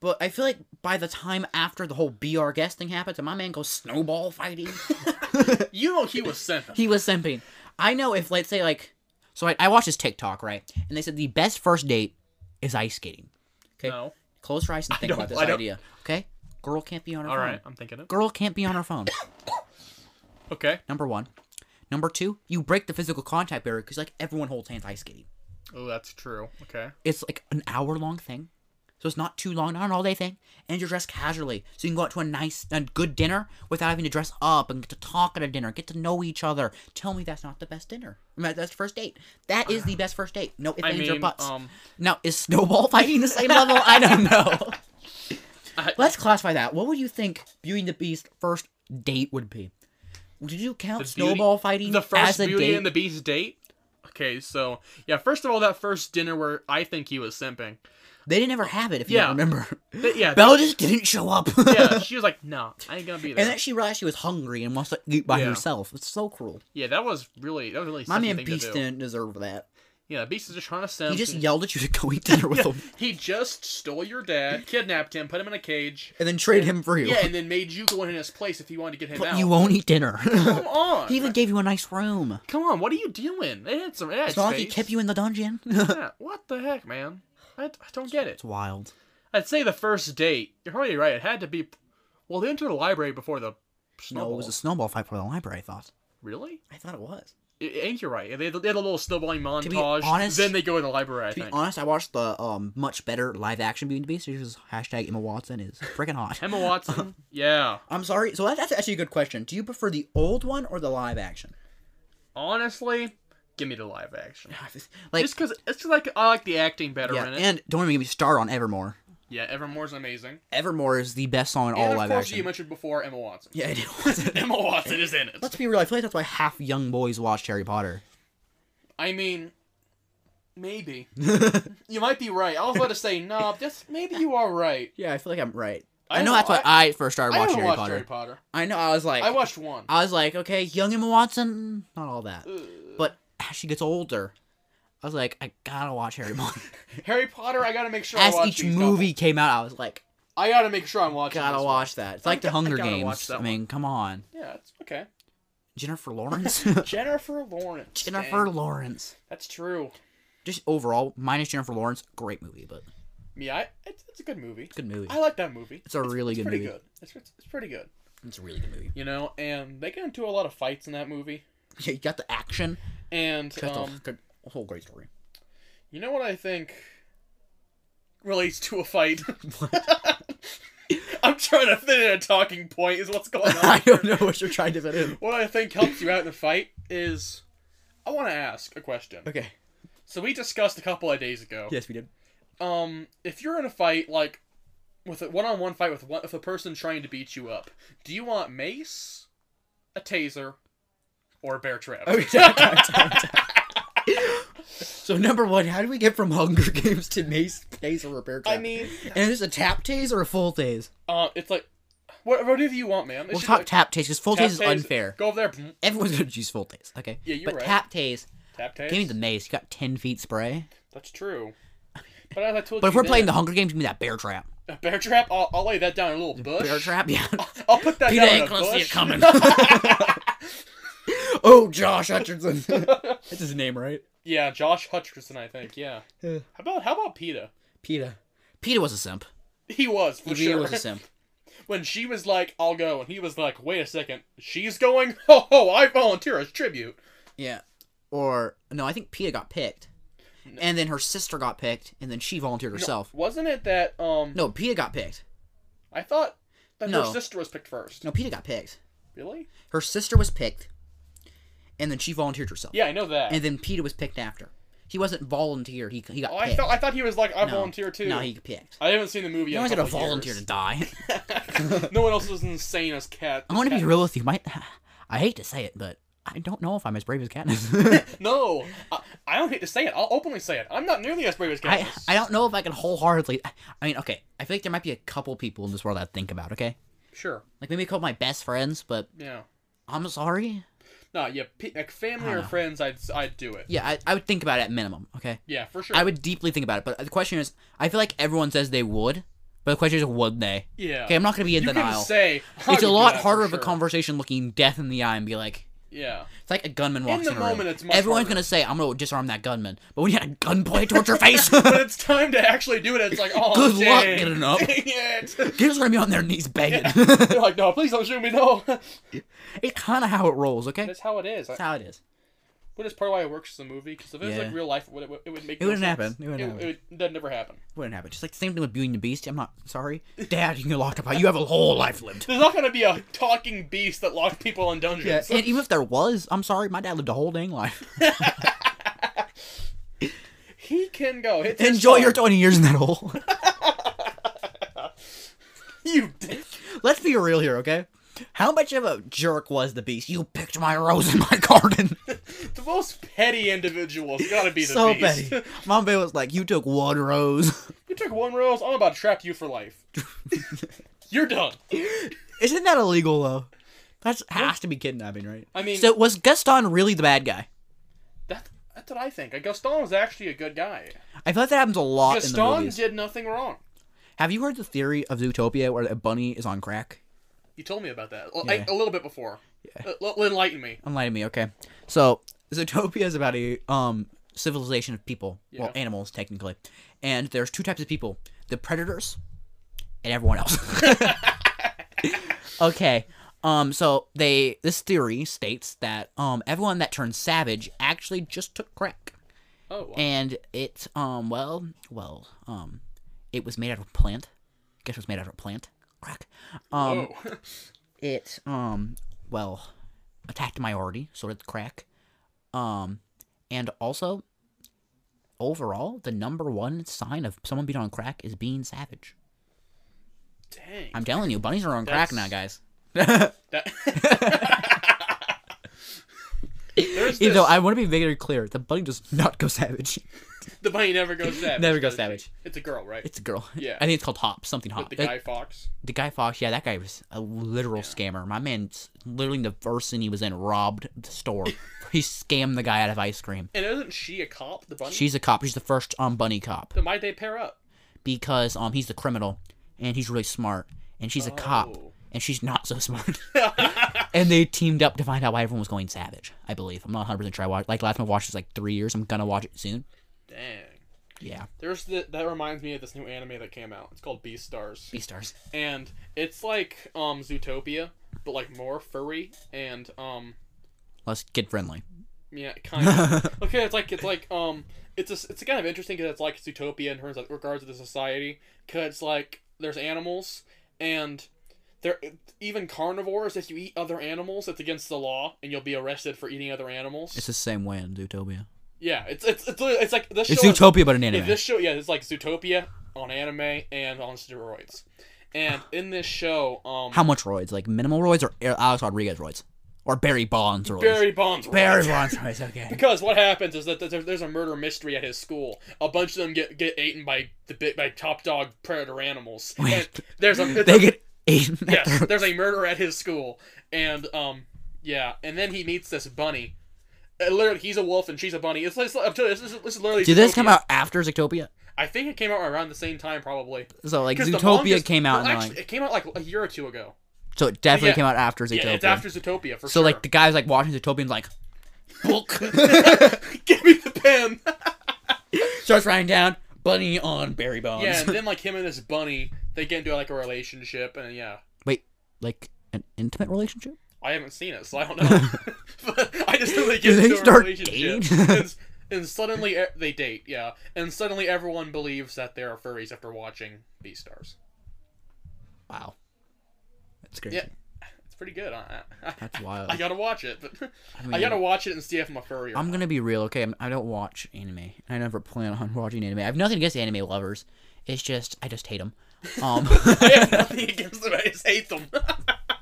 S2: but I feel like by the time after the whole be our guest thing happens, and my man goes
S1: (laughs)
S2: snowball fighting,
S1: You know he was simp.
S2: he was simping. I know if let's say like, so I, I watched his TikTok right, and they said the best first date is ice skating. Okay,
S1: No.
S2: close your eyes and think
S1: don't-
S2: about this
S1: I don't-
S2: idea. Okay, girl can't be on her
S1: All
S2: phone.
S1: right, I'm thinking it.
S2: Girl can't be on her phone.
S1: Okay.
S2: Number one. Number two, you break the physical contact barrier because like everyone holds hands ice skating.
S1: Oh, that's true. Okay.
S2: It's like an hour long thing. So it's not too long, not an all day thing. And you're dressed casually. So you can go out to a nice and good dinner without having to dress up and get to talk at a dinner, get to know each other. Tell me that's not the best dinner. I mean, That's the first date. That is the best first date. No ifs,
S1: I
S2: ands, or
S1: mean,
S2: buts.
S1: um,
S2: now, is snowball (laughs) fighting the same level? I don't know.
S1: (laughs) I-
S2: Let's classify that. What would you think Beauty and the Beast first date would be? Did you count
S1: Beauty-
S2: snowball fighting
S1: the first
S2: as a
S1: Beauty
S2: date?
S1: and the Beast date. Okay, so yeah, first of all, that first dinner where I think he was simping.
S2: They didn't ever have it, if
S1: Yeah.
S2: you don't remember. (laughs)
S1: But yeah,
S2: Belle just didn't show up.
S1: yeah, she was like, "No, I ain't gonna be there."
S2: And then she realized she was hungry and wants to eat by
S1: Yeah.
S2: herself. It's so cruel.
S1: yeah, that was really that was really.
S2: My
S1: simp
S2: man
S1: thing to
S2: Beast
S1: do.
S2: didn't deserve that.
S1: Yeah, Beast is just trying to simp.
S2: He just
S1: and-
S2: yelled at you to go eat dinner with him
S1: He just stole your dad, kidnapped him, put him in a cage.
S2: and then trade him for you.
S1: Yeah, and then made you go in his place if you wanted to get him
S2: (laughs) but
S1: out.
S2: you won't eat dinner.
S1: (laughs) Come on.
S2: he even gave you a nice room.
S1: Come on, what are you doing? They had some. They had
S2: It's not like he
S1: space.
S2: kept you in the dungeon. (laughs) it's
S1: Yeah, (laughs) what the heck, man? I, I don't get it.
S2: wild.
S1: I'd say the first date. You're probably right. It had to be. Well, they entered the library before the. Snowball.
S2: No, it was a snowball fight for the library, I thought.
S1: Really?
S2: I thought it was.
S1: I I think you're right. They had, they had a little snowballing montage.
S2: be honest-
S1: then they go in the library. I
S2: To be
S1: think.
S2: honest, I watched the um much better live action Beauty and the Beast. Which is hashtag Emma Watson is freaking hot.
S1: Emma
S2: (laughs)
S1: Watson. yeah.
S2: I'm sorry. So that- that's actually a good question. Do you prefer the old one or the live action?
S1: Honestly, give me the live action.
S2: Like,
S1: Just because it's like I like the acting better
S2: yeah,
S1: in it.
S2: and don't even get me started on Evermore.
S1: Yeah, Evermore's amazing.
S2: Evermore is the best song in all
S1: and of
S2: live
S1: course, you
S2: action.
S1: mentioned before Emma Watson.
S2: (laughs) Yeah, it was.
S1: (laughs) Emma Watson is in it.
S2: (laughs) Let's be real. I feel like that's why half young boys watch Harry Potter. (laughs)
S1: I mean, maybe you might be right. I was about to
S2: (laughs)
S1: say no. That's maybe you are right.
S2: Yeah, I feel like I'm right.
S1: I
S2: I, know
S1: know,
S2: that's why I, first started
S1: I
S2: watching
S1: haven't
S2: Harry
S1: watched
S2: Potter.
S1: Harry Potter.
S2: I know. I was like,
S1: I watched one.
S2: I was like, okay, young Emma Watson, not all that. But as she gets older, I was like, I gotta watch Harry Potter.
S1: Harry Potter. I (laughs) gotta make sure
S2: as
S1: I watch
S2: each
S1: these
S2: movie came out, I was like,
S1: couple. I gotta make sure I'm watching.
S2: gotta
S1: this one.
S2: watch that. It's like
S1: I
S2: the Hunger
S1: gotta
S2: Games.
S1: watch that
S2: I mean, come on,
S1: Yeah, it's okay. (laughs)
S2: Jennifer Lawrence. (laughs)
S1: Jennifer Lawrence.
S2: Jennifer
S1: dang.
S2: Lawrence.
S1: That's true.
S2: Just overall, minus Jennifer Lawrence, great movie, but
S1: Yeah, I, it's, it's a good movie.
S2: good movie.
S1: I like that movie.
S2: It's a really
S1: it's
S2: good
S1: pretty
S2: movie.
S1: good. It's, it's it's pretty good.
S2: It's a really good movie.
S1: You know, and they get into a lot of fights in that movie.
S2: Yeah, you got the action.
S1: And
S2: Got the-
S1: um,
S2: got a whole great story.
S1: you know what I think relates to a
S2: (laughs)
S1: fight. (laughs) I'm trying to fit in a talking point. Is what's
S2: (laughs)
S1: going on.
S2: (laughs) I don't know what you're trying to fit in.
S1: What I think helps you out in the fight is, I want to ask a question.
S2: Okay.
S1: So we discussed a couple of days ago.
S2: Yes, we did.
S1: um, if you're in a fight like with a one-on-one fight with one, with a person trying to beat you up, do you want mace, a taser, or a bear trap?
S2: Okay, (laughs) time, time, time, time. so number one, how do we get from Hunger Games to Mace Taser Repair Trap?
S1: I mean,
S2: and is this a tap tase or a full tase?
S1: uh, it's like what whatever you want, man. It
S2: We'll
S1: should
S2: talk
S1: be like,
S2: tap tase because full
S1: tap
S2: tase is
S1: tase,
S2: unfair.
S1: Go over there,
S2: Everyone's gonna choose full tase. Okay.
S1: Yeah, you're
S2: but
S1: right.
S2: tap tase,
S1: tap tase.
S2: give me the mace. You got ten feet spray.
S1: That's true. But as I told
S2: But
S1: you,
S2: if we're playing the Hunger Games, give me that bear trap.
S1: the bear trap, I'll, I'll lay that down in a little bush.
S2: Bear trap, yeah.
S1: (laughs) I'll put that
S2: Peter
S1: down in
S2: ain't
S1: a
S2: gonna
S1: bush.
S2: see it coming. (laughs)
S1: (laughs)
S2: oh, Josh Hutcherson. That's his name, right?
S1: Yeah, Josh Hutcherson, I think. Yeah.
S2: Yeah.
S1: How about how about Peta?
S2: Peta. Peta was a simp.
S1: He was for
S2: He
S1: sure.
S2: really was a simp.
S1: (laughs) when she was like, "I'll go," and he was like, "Wait a second, she's going? (laughs) Ho ho! I volunteer as tribute."
S2: Yeah. Or no, I think Peta got picked. And then her sister got picked, and then she volunteered herself.
S1: Wasn't it that um?
S2: No, Peta got picked.
S1: I thought that her
S2: No.
S1: sister was picked first.
S2: No, Peta got picked.
S1: Really?
S2: Her sister was picked, and then she volunteered herself.
S1: Yeah, I know that.
S2: And then Peta was picked after. He wasn't volunteered. He, he got
S1: oh,
S2: picked.
S1: I thought I thought he was like, "I
S2: No.
S1: volunteer too."
S2: No, he got picked.
S1: I haven't seen the movie.
S2: No
S1: in
S2: one's
S1: a
S2: gonna
S1: couple of
S2: volunteer to
S1: years.
S2: die.
S1: (laughs) no one else is insane as Cat.
S2: I'm gonna be real with you. My, (sighs) I hate to say it, but I don't know if I'm as brave as Katniss.
S1: (laughs)
S2: (laughs)
S1: No, I, I don't hate to say it. I'll openly say it. I'm not nearly as brave as
S2: I,
S1: Katniss.
S2: I don't know if I can wholeheartedly. I mean, okay, I feel like there might be a couple people in this world I'd think about. Okay,
S1: Sure.
S2: like maybe a couple of my best friends, but
S1: Yeah.
S2: I'm sorry.
S1: No, yeah. P- like family
S2: I
S1: or
S2: know.
S1: friends, I'd I'd do it.
S2: Yeah, I, I would think about it at minimum. Okay,
S1: Yeah, for sure.
S2: I would deeply think about it. But the question is, I feel like everyone says they would, but the question is, would they?
S1: yeah.
S2: Okay, I'm not gonna be in
S1: you
S2: denial.
S1: can say I would
S2: it's a
S1: do
S2: lot
S1: that for
S2: harder of a
S1: sure.
S2: conversation looking death in the eye and be like, (laughs)
S1: Yeah.
S2: it's like a gunman walks in,
S1: the
S2: a room.
S1: moment, it's much
S2: Everyone's
S1: harder.
S2: gonna say, "I'm gonna disarm that gunman," but when you had a gunpoint towards
S1: (laughs)
S2: your face,
S1: when it's time to actually do it, it's
S2: (laughs)
S1: like, oh,
S2: Good luck
S1: dang.
S2: getting
S1: (laughs)
S2: up.
S1: Dang it.
S2: kids are gonna be on their knees begging.
S1: You're like, no, please don't shoot me, no.
S2: (laughs)
S1: (laughs)
S2: it's kind of how it rolls. Okay,
S1: That's
S2: that's
S1: how it is. I,
S2: how it is.
S1: what is part of why it works as a movie? Because if it was
S2: Yeah.
S1: like real life, it would, it would- it would make
S2: It
S1: no
S2: wouldn't
S1: sense.
S2: happen. It wouldn't happen.
S1: would- that'd never happen.
S2: Wouldn't happen. Just like the same thing with Beauty and the Beast. I'm not sorry, Dad. You can lock up. You have a whole life lived.
S1: (laughs) There's not going to be a talking beast that locks people in
S2: Yeah,
S1: dungeons.
S2: and even if there was, I'm sorry, my dad lived a whole dang life.
S1: (laughs) he can go. It's his
S2: Enjoy
S1: fault.
S2: your 20 years in that
S1: (laughs)
S2: hole. (laughs)
S1: You dick.
S2: Let's be real here, okay? How much of a jerk was the Beast? You picked my rose in my (laughs) garden.
S1: The most petty individual's got to (laughs) be the
S2: so
S1: beast.
S2: petty. Mom Bay was like, "You took one rose."
S1: (laughs)
S2: (laughs)
S1: you took one rose, I'm about to trap you for life. You're done.
S2: Isn't that illegal though? That has to be kidnapping, right?
S1: I mean-
S2: so was Gaston really the bad guy?
S1: That, that's what I think. Gaston was actually a good guy.
S2: I feel like that happens a lot in the
S1: Gaston
S2: movies.
S1: did nothing wrong.
S2: Have you heard the theory of Zootopia where a bunny is on crack?
S1: You told me about that L-
S2: Yeah.
S1: a, a little bit before. Uh, l- enlighten me.
S2: Enlighten me, okay? So Zootopia is about a um civilization of people, well,
S1: Yeah.
S2: animals technically, and there's two types of people: the predators and everyone else. (laughs) okay. Um, so they this theory states that um everyone that turned savage actually just took crack.
S1: Oh, wow.
S2: and it um well well um it was made out of a plant guess it was made out of a plant crack um
S1: Whoa. (laughs)
S2: it um well attacked a minority so did crack um and also overall, the number one sign of someone being on crack is being savage.
S1: Dang.
S2: I'm telling you, bunnies are on crack now,
S1: That's-
S2: guys.
S1: That-
S2: (laughs)
S1: There's
S2: You
S1: this.
S2: know, I want to be very clear. The bunny does not go savage.
S1: the bunny never goes savage.
S2: Never goes
S1: does she?
S2: savage.
S1: It's a girl, right?
S2: (laughs) It's a girl.
S1: Yeah.
S2: I think it's called Hop. Something Hop.
S1: With the
S2: That-
S1: guy fox.
S2: the guy Fox, yeah, that guy was a literal scammer. My man, s- literally the first thing he was in, robbed the store. (laughs) he scammed the guy out of ice cream.
S1: And isn't she a cop? The bunny.
S2: She's a cop. She's the first um bunny cop
S1: Then why'd they pair up?
S2: because um he's the criminal and he's really smart and she's a cop
S1: Oh.
S2: and she's not so (laughs) smart. and they teamed up to find out why everyone was going savage. I believe I'm not 100 percent sure. I watched like last time I watched it was like three years. I'm gonna watch it soon.
S1: Dang.
S2: Yeah,
S1: There's the that reminds me of this new anime that came out. It's called Beastars.
S2: Beastars.
S1: and it's like um Zootopia, but like more furry and um
S2: Let's get friendly.
S1: yeah, kind
S2: (laughs)
S1: of. okay, it's like it's like um it's a, it's kind of interesting because it's like Zootopia in terms of regards to the society because it's like there's animals and they're even carnivores. If you eat other animals, it's against the law and you'll be arrested for eating other animals.
S2: It's the same way in Zootopia.
S1: yeah, it's it's it's, li- it's like the show.
S2: It's
S1: is-
S2: Zootopia, but an anime.
S1: Yeah, this show, yeah, it's like Zootopia on anime and on steroids. And in this show, um,
S2: How much roids? Like minimal roids or Alex Rodriguez roids? Or Barry Bonds roids?
S1: Barry Bonds.
S2: Barry Bonds roids, okay.
S1: Because what happens is that there- there's a murder mystery at his school. A bunch of them get get eaten by the bit by top dog predator animals. And
S2: (laughs)
S1: there's a it's
S2: They
S1: a-
S2: get eight.
S1: yes, there's a murder at his school, and um yeah, and then he meets this bunny. And literally, he's a wolf and she's a bunny. It's, it's I'm telling you, this is, this is literally.
S2: Did this come
S1: Zootopia.
S2: out after Zootopia?
S1: I think it came out around the same time, probably.
S2: So like
S1: 'Cause the
S2: Zootopia
S1: longest-
S2: came out
S1: well,
S2: and they're
S1: actually,
S2: like
S1: it came out like a year or two ago.
S2: so it definitely
S1: yeah.
S2: came out after Zootopia.
S1: Yeah, it's after Zootopia for
S2: so
S1: sure.
S2: like the guy's like watching Zootopia and like book
S1: (laughs)
S2: (laughs)
S1: give me the pen.
S2: Oh, starts writing down bunny on Barry Bonds.
S1: yeah, and then like him and this bunny, they get into like a relationship, and yeah,
S2: (laughs) Wait, like an intimate relationship?
S1: I haven't seen it, so I don't
S2: (laughs)
S1: know. (laughs) but I just know they get
S2: Do they
S1: into a
S2: start
S1: relationship,
S2: dating? (laughs)
S1: and, and suddenly e- they date. Yeah, and suddenly everyone believes that they are furries after watching Beastars.
S2: Wow. That's crazy.
S1: Yeah, it's pretty good. I, I,
S2: That's wild.
S1: I gotta watch it, but (laughs) I,
S2: mean-
S1: gotta watch it and see if I'm a furry. Or
S2: I'm
S1: not. (laughs)
S2: gonna be real, okay? I'm, I don't watch anime. I never plan on (laughs) watching anime. I have nothing against anime lovers. It's just I just hate them.
S1: (laughs)
S2: Um, (laughs)
S1: I have nothing against them. I just hate them.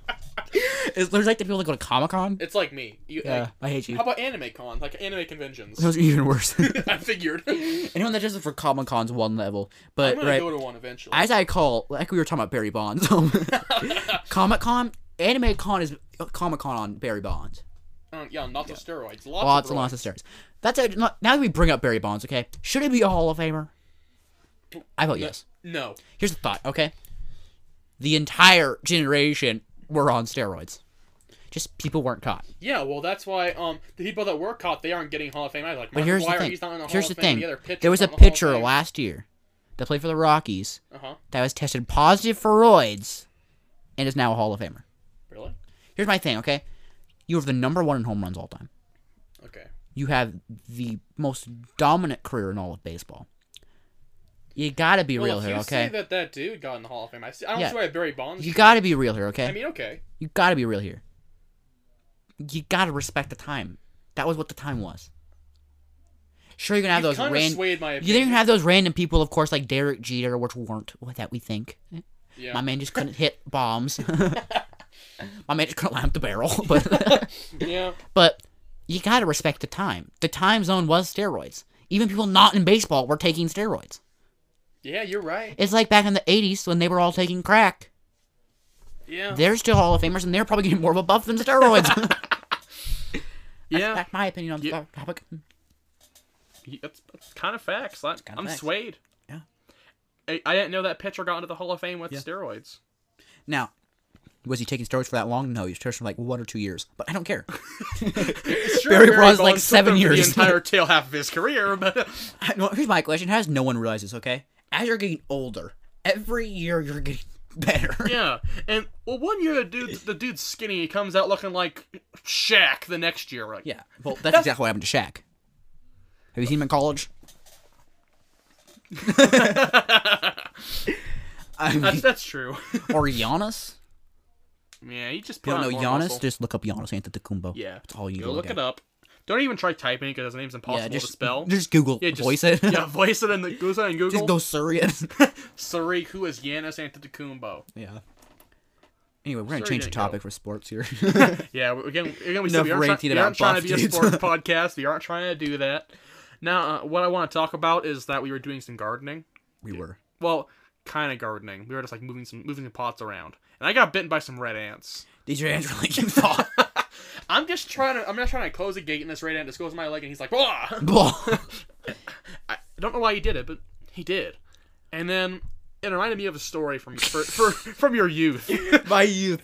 S1: (laughs)
S2: it's, there's like the people that go to Comic Con.
S1: it's like me. You,
S2: Yeah,
S1: like,
S2: I hate you.
S1: how about anime cons, like anime
S2: (laughs)
S1: conventions? (laughs)
S2: Those are even worse.
S1: I figured. (laughs)
S2: Anyone that does it for Comic Con's one level,
S1: I'm
S2: but
S1: gonna
S2: right
S1: go to one eventually.
S2: as I call, like we were talking about Barry Bonds, (laughs) Comic Con, Anime Con is Comic Con on Barry Bonds.
S1: Um, yeah, lots of steroids. Lots,
S2: Lots
S1: of
S2: and lots of stars. That's a, not, now that we bring up Barry Bonds, okay? Should he be a Hall of Famer? I vote yes.
S1: No.
S2: Here's the thought, okay? The entire generation were on steroids. Just people weren't caught.
S1: Yeah, well, that's why um the people that were caught they aren't getting Hall of Fame. I like.
S2: But here's the
S1: Maguire,
S2: thing.
S1: He's not in the Hall
S2: here's the
S1: of Fame.
S2: thing.
S1: The other pitcher,
S2: there was a pitcher last year that played for the Rockies
S1: Uh huh.
S2: that was tested positive for roids and is now a Hall of Famer.
S1: Really?
S2: Here's my thing, okay? You have the number one in home runs all time.
S1: Okay.
S2: You have the most dominant career in all of baseball. You gotta be
S1: Well,
S2: real
S1: if
S2: here,
S1: you say
S2: okay?
S1: that that dude got in the Hall of Fame, I see. I don't
S2: Yeah.
S1: see why Barry Bonds.
S2: You
S1: should.
S2: gotta be real here, okay?
S1: I mean, okay.
S2: You gotta be real here. You gotta respect the time. That was what the time was. Sure, you're gonna have
S1: You
S2: those
S1: kinda
S2: random.
S1: swayed my
S2: You didn't
S1: opinion.
S2: have those random people, of course, like Derek Jeter, which weren't what that we think.
S1: Yeah.
S2: My man just couldn't hit
S1: (laughs)
S2: bombs. (laughs) My man just couldn't line up the barrel.
S1: (laughs)
S2: But,
S1: yeah.
S2: but you gotta respect the time. The time zone was steroids. Even people not in baseball were taking steroids.
S1: Yeah, you're right.
S2: It's like back in the '80s when they were all taking crack.
S1: Yeah.
S2: They're still Hall of Famers, and they're probably getting more of a buff than steroids. (laughs)
S1: yeah.
S2: That's my opinion on the
S1: Yeah.
S2: topic.
S1: That's, that's kind of facts. I,
S2: kinda
S1: I'm
S2: facts.
S1: swayed.
S2: Yeah.
S1: I, I didn't know that pitcher got into the Hall of Fame with steroids.
S2: Now, was he taking steroids for that long? No, he was steroids for like one or two years. But I don't care. (laughs)
S1: Sure,
S2: Barry Bonds, like,
S1: took
S2: seven
S1: them for
S2: years.
S1: The
S2: (laughs)
S1: entire tail half of his career, but
S2: I- no, here's my question: How does no one realize this? Okay, as you're getting older, every year you're getting (laughs) better.
S1: Yeah, and well, one year the dude the dude's skinny. He comes out looking like Shaq the next year. Like,
S2: Yeah. Well, that's exactly what happened to Shaq. Have you seen him in (laughs) college? I
S1: that's,
S2: mean,
S1: that's true. (laughs)
S2: or Giannis?
S1: yeah, he just put
S2: You don't
S1: on
S2: know
S1: more
S2: Giannis?
S1: muscle.
S2: Just look up Giannis Antetokounmpo.
S1: yeah,
S2: that's all you
S1: go
S2: look,
S1: look
S2: at.
S1: it up. Don't even try typing because his name's impossible
S2: yeah, just
S1: to spell.
S2: (laughs) Just Google
S1: yeah, just,
S2: voice
S1: (laughs)
S2: it.
S1: yeah, voice it in the Google and Google.
S2: (laughs) just go Syrian.
S1: (laughs) Sarik, who is Yanis Antetokounmpo?
S2: yeah. Anyway, we're gonna
S1: Sure,
S2: change the
S1: you didn't
S2: topic for
S1: (laughs)
S2: sports here.
S1: Yeah, we- again, again, we said
S2: Enough
S1: we aren't,
S2: ranting
S1: try- we aren't
S2: about
S1: trying to
S2: buff
S1: be a
S2: dudes. (laughs)
S1: sports podcast. We aren't trying to do that. Now, uh, what I want to talk about is that we were doing some gardening.
S2: we were.
S1: Well, kind of gardening. We were just like moving some moving some pots around, and I got bitten by some red ants.
S2: Did your hands really
S1: (laughs)
S2: get thought?
S1: I'm just trying to. I'm not trying to close a gate, and this red ant just goes in my leg, and he's like, "Wah!" I don't know why he did it, but he did. And then it reminded me of a story from for, for, (laughs) from your youth.
S2: My youth.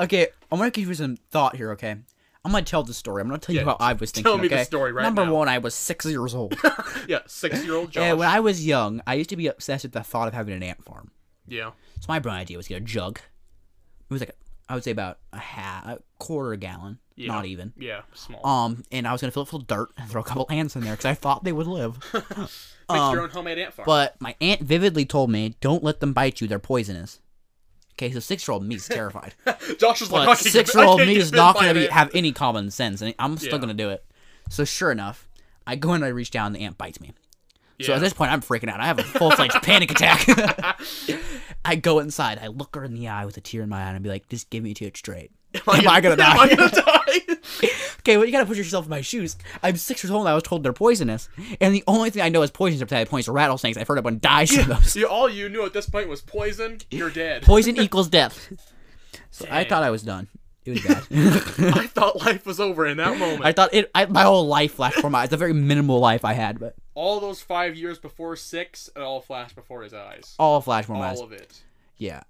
S2: Okay, I'm gonna give you some thought here. Okay, I'm gonna tell the story. I'm gonna tell
S1: Yeah,
S2: you how I was thinking.
S1: tell me the
S2: okay?
S1: story right
S2: Number
S1: now.
S2: one, I was six years old.
S1: (laughs) yeah, six year old Josh.
S2: and when I was young, I used to be obsessed with the thought of having an ant farm.
S1: yeah,
S2: So my bright idea was to get a jug. It was like I would say about a half, a quarter gallon,
S1: yeah,
S2: not even.
S1: Yeah, small.
S2: Um, and I was gonna fill it full of dirt and throw a couple ants in there because I thought they
S1: (laughs)
S2: would live. um,
S1: Make your own homemade ant farm.
S2: But my aunt vividly told me, "Don't let them bite you. They're poisonous." Okay, so six-year-old me is
S1: (laughs)
S2: terrified.
S1: Josh is like,
S2: but six-year-old me is not going to be, have any common sense, and I'm still
S1: Yeah.
S2: going to do it. So sure enough, I go and I reach down, the ant bites me. So
S1: Yeah.
S2: at this point, I'm freaking out. I have
S1: (laughs)
S2: a full-fledged panic attack. I go inside. I look her in the eye with a tear in my eye, and I be like, "Just give me to it straight. Am I going
S1: (laughs)
S2: to
S1: Am I
S2: die?"
S1: gonna die?
S2: (laughs)
S1: (laughs)
S2: okay, well, you got to put yourself in my shoes. I'm six years old, and I was told they're poisonous, and the only thing I know is poisonous up to that point is rattlesnakes. I've heard everyone
S1: (laughs)
S2: dies from those.
S1: See, all you knew at this point was poison. You're
S2: (laughs)
S1: dead.
S2: Poison equals death. So I
S1: Dang.
S2: thought I was done. It
S1: (laughs)
S2: was bad.
S1: (laughs) I thought life was over in that
S2: (laughs)
S1: moment.
S2: I thought it. I, my whole life flashed before my eyes. The very minimal life I had, but
S1: all those five years before six, it all flashed before his eyes.
S2: all flashed before my eyes.
S1: All of it.
S2: Yeah.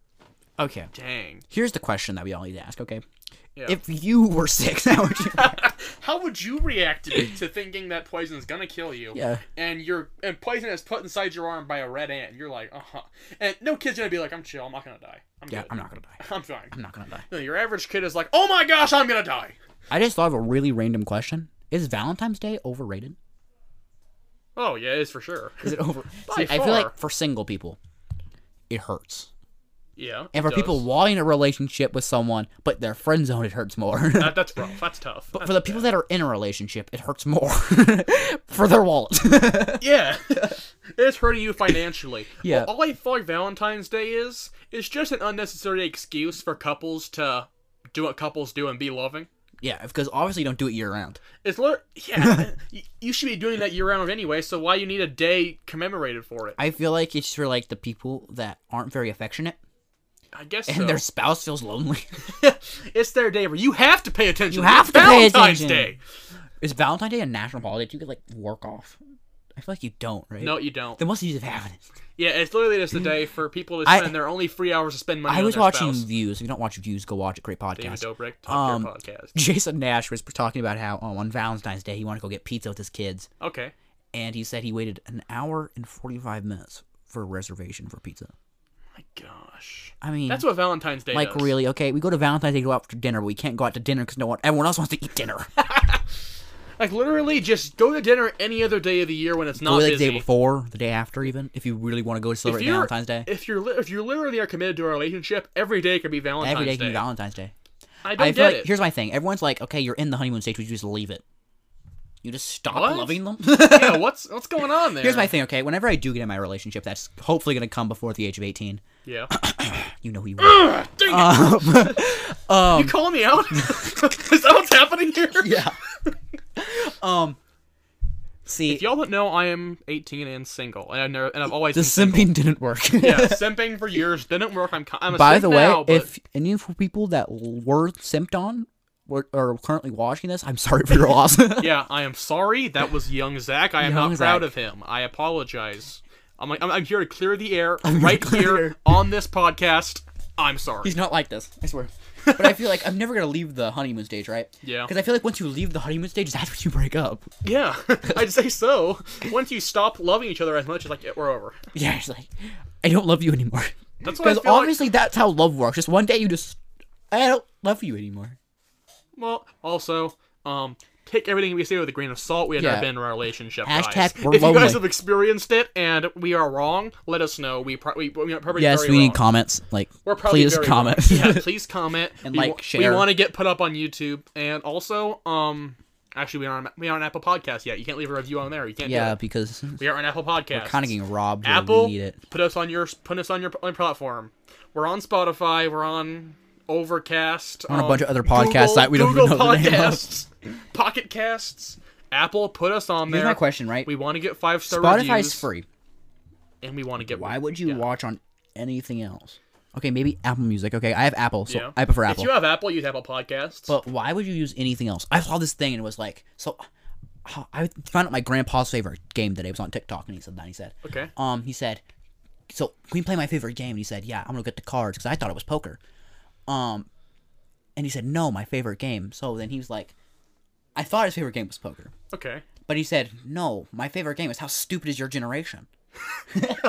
S2: Okay.
S1: Dang.
S2: Here's the question that we all need to ask. Okay.
S1: Yeah.
S2: If you were sick, (laughs) how would
S1: (laughs)
S2: you?
S1: How would you react to, to thinking that poison's gonna kill you?
S2: Yeah.
S1: And you're and poison is put inside your arm by a red ant. You're like, uh huh. And no kid's gonna be like, I'm chill. I'm not gonna die. I'm
S2: yeah,
S1: good.
S2: I'm not gonna die.
S1: (laughs) I'm fine.
S2: I'm not gonna die.
S1: No, your average kid is like, oh my gosh, I'm gonna die.
S2: I just thought of a really random question. Is Valentine's Day overrated?
S1: Oh yeah, it is for sure.
S2: Is it over?
S1: By
S2: I
S1: far.
S2: feel like for single people, it hurts.
S1: Yeah.
S2: And
S1: it
S2: for people
S1: does.
S2: wanting a relationship with someone but they're friend zone, it hurts more. (laughs)
S1: that, that's rough. That's tough.
S2: for the people that are in a relationship, it hurts more (laughs) for their wallet. (laughs)
S1: yeah, (laughs) it's hurting you financially.
S2: (laughs) Yeah.
S1: All I feel like Valentine's Day is is just an unnecessary excuse for couples to do what couples do and be loving.
S2: yeah, because obviously you don't do it year round.
S1: It's lit-
S2: (laughs)
S1: yeah, you, you should be doing that year round anyway. So why you need a day commemorated for it? I,
S2: I feel like it's for like the people that aren't very affectionate
S1: guess
S2: and
S1: so.
S2: their spouse feels lonely. (laughs)
S1: (laughs) it's their day where you have to pay attention.
S2: You have
S1: It's
S2: to pay
S1: Valentine's
S2: attention.
S1: Day.
S2: Is Valentine's Day a national holiday? Do you get like work off? I feel like you don't, right?
S1: No, you don't.
S2: Then what's the use of having it?
S1: Yeah, it's literally just the day for people to
S2: I-
S1: spend their only free hours to spend money.
S2: I
S1: on
S2: was
S1: their
S2: watching
S1: spouse.
S2: Views. If you don't watch Views, go watch it. Great
S1: David
S2: podcast.
S1: Dobrik top
S2: Um,
S1: tier podcast.
S2: (laughs) Jason Nash was talking about how um, on Valentine's Day he wanted to go get pizza with his kids,
S1: Okay.
S2: and he said he waited an hour and forty-five minutes for a reservation for pizza.
S1: My gosh.
S2: I mean,
S1: That's what Valentine's Day
S2: like
S1: does.
S2: really okay. We go to Valentine's Day to go out for dinner, but we can't go out to dinner because no one, everyone else wants to eat dinner.
S1: Like literally, just go to dinner any other day of the year when it's
S2: Go
S1: not
S2: like the
S1: busy.
S2: day before, the day after, even if you really want to go to
S1: If
S2: celebrate
S1: you're-
S2: Valentine's Day.
S1: If you're li- if you literally are committed to a relationship, every day could be Valentine's
S2: Every day
S1: Day.
S2: can be Valentine's Day.
S1: I don't
S2: I feel
S1: get
S2: like
S1: it. (laughs)
S2: here's my thing. Everyone's like, okay, you're in the honeymoon stage. Would you just leave it? You just stop
S1: What? (laughs)
S2: loving them. (laughs)
S1: yeah, what's what's going on there?
S2: here's my thing. Okay, whenever I do get in my relationship, that's hopefully gonna come before the age of 18.
S1: Yeah.
S2: (laughs)
S1: (coughs)
S2: You know who you
S1: (laughs)
S2: are.
S1: Dang it,
S2: Um,
S1: (laughs) you calling me out? Is that what's happening here?
S2: (laughs) yeah. um. See,
S1: If y'all don't know, I am 18 and single, and I've, never, and I've always
S2: the
S1: been single.
S2: simping didn't work.
S1: (laughs) yeah, simping for years didn't work. I'm, ki- I'm a
S2: (laughs) By
S1: simp
S2: the way,
S1: now, but
S2: if any of the people that were simped on were, are currently watching this, I'm sorry for your loss. (laughs)
S1: yeah, I am sorry. That was young Zach. I am
S2: Young
S1: not proud
S2: Zach.
S1: of him. I apologize. I'm like I'm, I'm here to clear the air right
S2: clear the
S1: here
S2: air.
S1: on this podcast. I'm sorry.
S2: He's not like this,
S1: (laughs)
S2: I swear. But I feel like I'm never gonna leave the honeymoon stage, right?
S1: Yeah.
S2: Because I feel like once you leave the honeymoon stage, that's when you break up. (laughs)
S1: Yeah, (laughs) I'd say so. Once you stop loving each other as much, it's like yeah, we're over.
S2: Yeah, it's like I don't love you anymore.
S1: That's why I
S2: Because
S1: feel like-
S2: obviously that's how love works. Just one day you just I don't love you anymore.
S1: Well, also, um, take everything we say with a grain of salt. We have not
S2: Yeah.
S1: been in our relationship.
S2: Hashtag
S1: guys.
S2: we're
S1: if you guys
S2: lonely.
S1: have experienced it and we are wrong, let us know. We pro- we we are probably
S2: Yes,
S1: very
S2: we
S1: wrong.
S2: need comments. Like
S1: We're probably
S2: please
S1: very
S2: comment. (laughs)
S1: wrong. yeah, please comment
S2: And
S1: We
S2: like,
S1: wa- We
S2: share.
S1: want to get put up on YouTube, and also, um, Actually, we aren't on, we aren't on Apple Podcast yet. You can't leave a review on there. You can't.
S2: Yeah,
S1: Yeah.
S2: because
S1: We are on Apple Podcast.
S2: kind of getting robbed. where
S1: Apple,
S2: we need it.
S1: put us on your put us on your on platform. We're on Spotify. We're on Overcast.
S2: On a
S1: um,
S2: bunch of other podcasts
S1: Google,
S2: that we don't
S1: Google
S2: even know the name of.
S1: Podcasts, Pocket Casts, Apple. Put us on
S2: Here's
S1: there.
S2: my question, right?
S1: We want to get five star
S2: Spotify's
S1: reviews,
S2: free.
S1: and we want to get.
S2: Why would you
S1: Yeah.
S2: watch on anything else? Okay, maybe Apple Music. Okay, I have Apple, so
S1: Yeah.
S2: I prefer
S1: If
S2: Apple.
S1: you have Apple, use Apple Podcasts.
S2: But why would you use anything else? I saw this thing and it was like, so uh, I found out my grandpa's favorite game today was on TikTok, and he said that. He said,
S1: okay.
S2: um, he said, so can you play my favorite game? And he said, yeah, I'm gonna get the cards because I thought it was poker. Um, and he said, no, my favorite game. So then he was like, I thought his favorite game was poker,
S1: Okay.
S2: but he said, no, my favorite game is How Stupid Is Your Generation?
S1: (laughs)
S2: and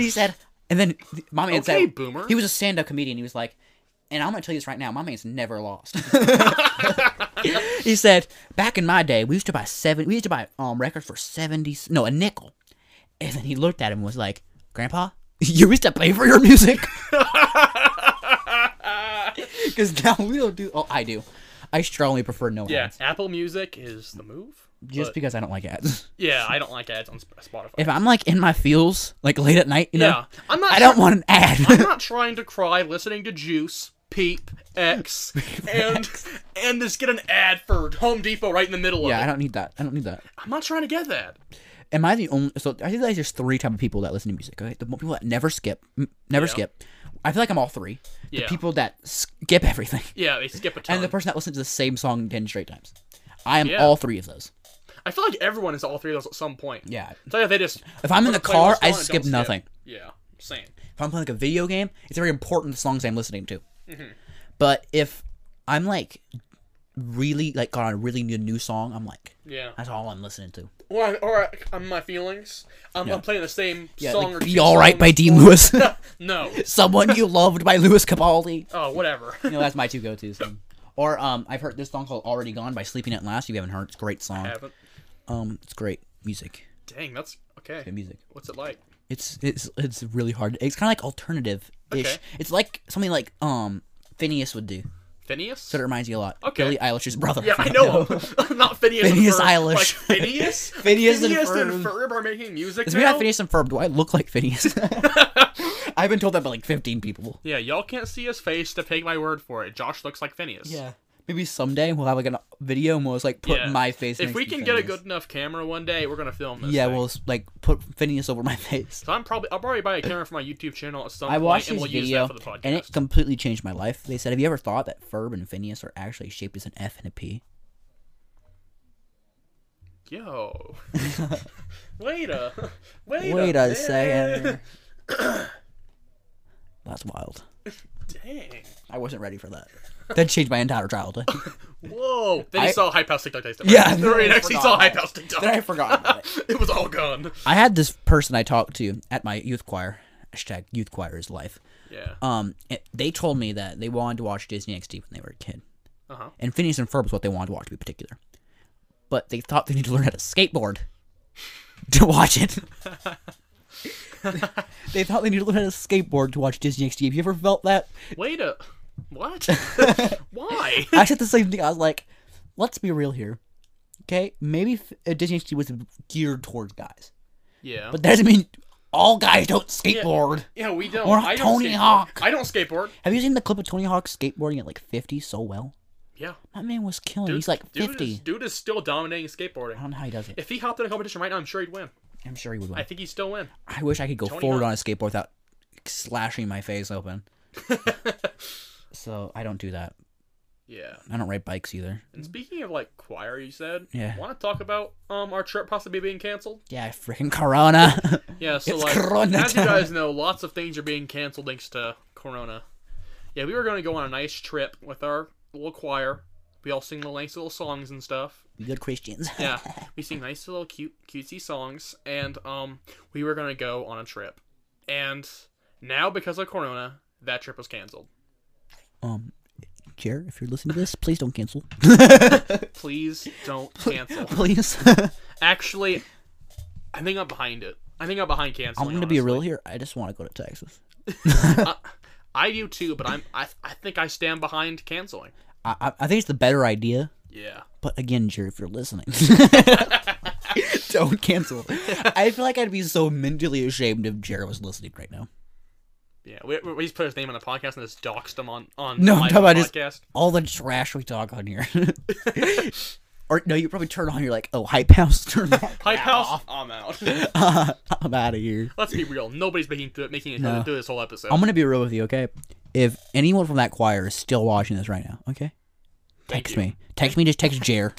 S2: he said, and then my man
S1: Okay,
S2: said,
S1: boomer.
S2: he was a stand-up comedian. He was like, and I'm gonna tell you this right now, my man's
S1: (laughs)
S2: never lost. he said, back in my day, we used to buy seven, we used to buy um records for seventy, no, a nickel. And then he looked at him and was like, Grandpa, (laughs) you used to pay for
S1: (laughs)
S2: your music. Because now we don't do. Oh, I do. I strongly prefer no
S1: Yeah.
S2: ads,
S1: Apple Music is the move.
S2: just
S1: but-
S2: because I don't like ads. (laughs)
S1: yeah, I don't like ads on Sp- Spotify.
S2: If I'm like in my feels, like late at night, you know,
S1: yeah, I'm not.
S2: uh, I
S1: sure-
S2: don't want an (laughs)
S1: I'm
S2: ad.
S1: not trying to cry listening to Juice, Peep,
S2: (laughs)
S1: X, and and just get an ad for Home Depot right in the middle
S2: yeah, I
S1: of it.
S2: don't need that. I don't need that.
S1: I'm not trying to get that.
S2: Am I the only? So I think there's just three type of people that listen to music. Okay, the people that never skip, m- never
S1: Yeah.
S2: skip. I feel like I'm all three. The
S1: Yeah.
S2: people that skip everything, (laughs)
S1: Yeah, they skip a ton.
S2: and the person that listens to the same song ten straight times. I am
S1: Yeah.
S2: all three of those.
S1: I feel like everyone is all three of those at some point.
S2: Yeah.
S1: It's like if they just.
S2: If I'm in the
S1: put a
S2: car,
S1: playlist on
S2: I
S1: and don't
S2: skip nothing.
S1: Yeah, same.
S2: if I'm playing like a video game, it's very important the songs I'm listening to.
S1: Mm-hmm.
S2: But if I'm like really like got a really new new song, I'm like
S1: Yeah.
S2: that's all I'm listening to.
S1: Or, I- or I- I'm my feelings. I'm, I'm playing the same song
S2: like,
S1: or
S2: be
S1: two
S2: all right
S1: songs.
S2: by Dean (laughs) Lewis.
S1: (laughs) No.
S2: Someone you loved by Lewis Capaldi.
S1: Oh, whatever. (laughs)
S2: You know that's my two go tos. Or um, I've heard this song called "Already Gone" by Sleeping at Last. If you haven't heard, it's a great song.
S1: Haven't.
S2: Um, it's great music.
S1: Dang, that's okay.
S2: Good music.
S1: What's it like?
S2: It's it's it's really hard. It's kind of like alternative ish.
S1: Okay.
S2: It's like something like um Phineas would do.
S1: Phineas?
S2: That reminds you a lot.
S1: Okay.
S2: Billie Eilish's brother.
S1: Yeah,
S2: if (laughs) you
S1: I
S2: don't
S1: know him. (laughs) Not Phineas. and
S2: Phineas
S1: Ferb.
S2: Eilish.
S1: Like, Phineas.
S2: (laughs) Phineas and Ferb.
S1: and Ferb are making music
S2: Is
S1: now.
S2: we not Phineas and Ferb? Do I look
S1: (laughs)
S2: like Phineas? (laughs) I've been told that by like 15 people.
S1: Yeah, y'all can't see his face to take my word for it. Josh looks like Phineas.
S2: Maybe someday we'll have like a video and we'll just like put
S1: Yeah.
S2: my face.
S1: If
S2: next
S1: we
S2: to
S1: can get a
S2: Phineas.
S1: good enough camera one day, we're gonna film this.
S2: Yeah,
S1: thing.
S2: we'll s- like put Phineas over my (laughs) face.
S1: So I'm probably I'll probably buy a camera for my YouTube channel at some
S2: I
S1: point,
S2: watched
S1: and
S2: this
S1: we'll
S2: video
S1: use that for the podcast.
S2: and it completely changed my life. They said, "Have you ever thought that Ferb and Phineas are actually shaped as an F and a P?" (laughs)
S1: Yo. (laughs) wait a wait,
S2: Wait a
S1: minute.
S2: second.
S1: (coughs)
S2: That's wild.
S1: Dang.
S2: I wasn't ready for that. That changed my
S1: (laughs)
S2: entire childhood.
S1: Whoa. Then he
S2: I-
S1: saw Hype House TikTok Taste.
S2: Yeah,
S1: The very
S2: I
S1: next he
S2: forgot
S1: saw
S2: about
S1: Hype
S2: it.
S1: House TikTok.
S2: then I forgot about it.
S1: (laughs) it was all gone.
S2: I had this person I talked to at my youth choir. Hashtag youth choir is life.
S1: Yeah.
S2: Um, it- they told me that they wanted to watch Disney XD when they were a kid,
S1: Uh huh.
S2: and Phineas and Ferb was what they wanted to watch to be particular. But they thought they need to learn how to skateboard (laughs) to watch it. (laughs) they thought they needed to learn how to skateboard to watch Disney XD. Have you ever felt that?
S1: Wait a
S2: (laughs)
S1: what? (laughs) Why?
S2: I said the same thing. I was like, let's be real here. Okay, maybe f- uh, Disney XD was geared towards guys,
S1: Yeah.
S2: but that doesn't mean all guys don't skateboard.
S1: yeah, we don't.
S2: Or not
S1: I don't
S2: Tony
S1: skateboard.
S2: Hawk.
S1: I don't skateboard.
S2: Have you seen the clip of Tony Hawk skateboarding at like 50 so well?
S1: Yeah.
S2: That man was killing.
S1: Dude-
S2: He's like
S1: dude
S2: 50.
S1: Is, dude is still dominating skateboarding.
S2: I don't know how he does it.
S1: If he hopped in a competition right now, I'm sure he'd win.
S2: I'm sure he would win.
S1: I
S2: I,
S1: think he'd still win.
S2: wish I could go
S1: Tony
S2: forward on a skateboard without slashing my face open. so I don't do that.
S1: Yeah.
S2: I don't ride bikes either.
S1: And speaking of like choir, you said.
S2: Yeah.
S1: Want to talk about um our trip possibly being canceled?
S2: Yeah, freaking Corona. (laughs)
S1: Yeah. So
S2: It's
S1: like,
S2: corona
S1: as you
S2: time.
S1: guys know, lots of things are being canceled thanks to Corona. Yeah, we were going to go on a nice trip with our little choir. We all sing little nice little songs and stuff.
S2: We good Christians. (laughs)
S1: Yeah, we sing nice little cute cutesy songs, and um, we were gonna go on a trip, and now because of Corona, that trip was canceled.
S2: Um, Jer, if you're listening to this, please don't cancel. (laughs)
S1: Please don't cancel.
S2: please. (laughs)
S1: Actually, I think I'm behind it. I think I'm behind canceling.
S2: I'm gonna be
S1: honestly.
S2: real here. I just want to go to Texas.
S1: I do too, but I'm. I, I think I stand behind canceling.
S2: I, I I think it's the better idea.
S1: Yeah.
S2: But again, Jerry, if you're listening, (laughs) don't cancel. I feel like I'd be so mentally ashamed if Jerry was listening right now.
S1: Yeah. We, we we just put his name on the podcast and just doxed him on on
S2: No, I'm
S1: my
S2: talking about his-
S1: podcast.
S2: All the trash we talk on here. (laughs) or no, you probably turn on. You're like, oh, hype house, turn
S1: (laughs)
S2: that
S1: Hype house. I'm out.
S2: off. (laughs) I'm out of here.
S1: (laughs) Let's be real. Nobody's making through, making it
S2: No.
S1: through this whole episode.
S2: I'm gonna be real with you, okay? If anyone from that choir is still watching this right now, okay,
S1: Thank
S2: text
S1: you.
S2: me. Text me. Just text
S1: (laughs)
S2: Jer.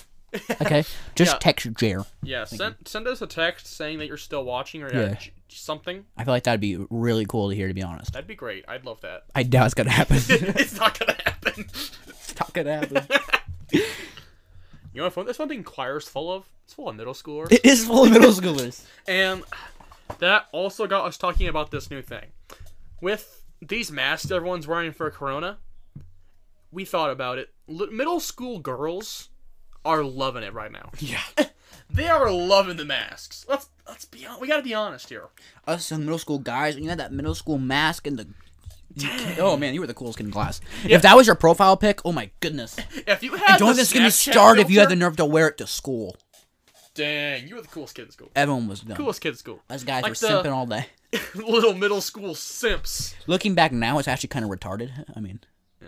S2: Okay, just
S1: Yeah.
S2: text Jer.
S1: Yeah. Send send us a text saying that you're still watching or uh,
S2: Yeah.
S1: j- something.
S2: I feel like that'd be really cool to hear. To be honest,
S1: That'd be great. I'd love (laughs) that.
S2: I doubt it's gonna happen.
S1: it's not gonna happen. (laughs)
S2: it's not gonna happen.
S1: You know what? That's one thing choir's full of. It's full of middle schoolers.
S2: It is full of middle schoolers.
S1: And that also got us talking about this new thing. With these masks everyone's wearing for Corona, we thought about it. L- middle school girls are loving it right now.
S2: Yeah.
S1: (laughs) They are loving the masks. Let's let's be honest. We gotta be honest here.
S2: Us in middle school guys, when you had that middle school mask and the. you ca- Oh man, you were the coolest kid in class. If that was your profile pic, oh my
S1: (laughs)
S2: goodness.
S1: If you had
S2: Don't
S1: the
S2: this gonna
S1: Snapchat
S2: start if you had the
S1: filter-
S2: nerve to wear it to school.
S1: dang, you were the coolest kid in school.
S2: Everyone was dumb.
S1: Coolest kid in school.
S2: Us guys
S1: Like
S2: were
S1: the-
S2: simping all day.
S1: (laughs) Little middle school simps.
S2: Looking back now, it's actually kind of retarded. I mean,
S1: Yeah.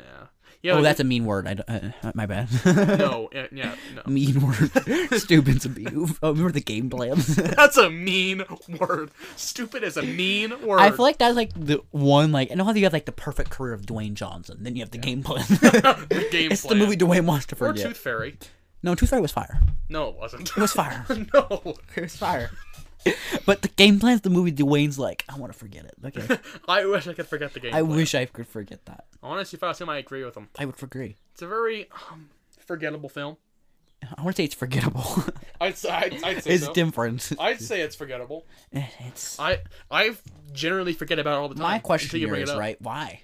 S1: Yeah.
S2: oh,
S1: like-
S2: that's a mean word. I don't, uh, uh, my bad. (laughs)
S1: no. Yeah. yeah, No. (laughs)
S2: mean word. Stupid's a mean. Oh, remember the
S1: (laughs)
S2: game plans?
S1: That's a mean word. Stupid is a mean word.
S2: I feel like that's like the one. Like, I know how you have like the perfect career of Dwayne Johnson. Then you have
S1: (laughs)
S2: the game plan. (laughs)
S1: the game
S2: it's the
S1: plan.
S2: movie Dwayne wants to
S1: Or
S2: forget.
S1: Tooth Fairy.
S2: no, Tooth Fairy was fire.
S1: No, it wasn't.
S2: It was fire.
S1: (laughs) no.
S2: (laughs) it was fire. But the game plan's the movie Dwayne's like, I want to forget it. (laughs) Okay.
S1: (laughs) I wish I could forget the game.
S2: I
S1: plan.
S2: wish I could forget that.
S1: Honestly, if I was him, I agree with him.
S2: I would agree.
S1: It's a very um, forgettable film.
S2: I want to say
S1: (laughs)
S2: it's forgettable.
S1: I'd say, I'd, I'd say
S2: it's
S1: so.
S2: different. (laughs) Eh,
S1: I'd say it's forgettable.
S2: it's
S1: I I generally forget about it all the time.
S2: My
S1: until
S2: question
S1: you
S2: here
S1: bring
S2: is
S1: it up.
S2: right, why?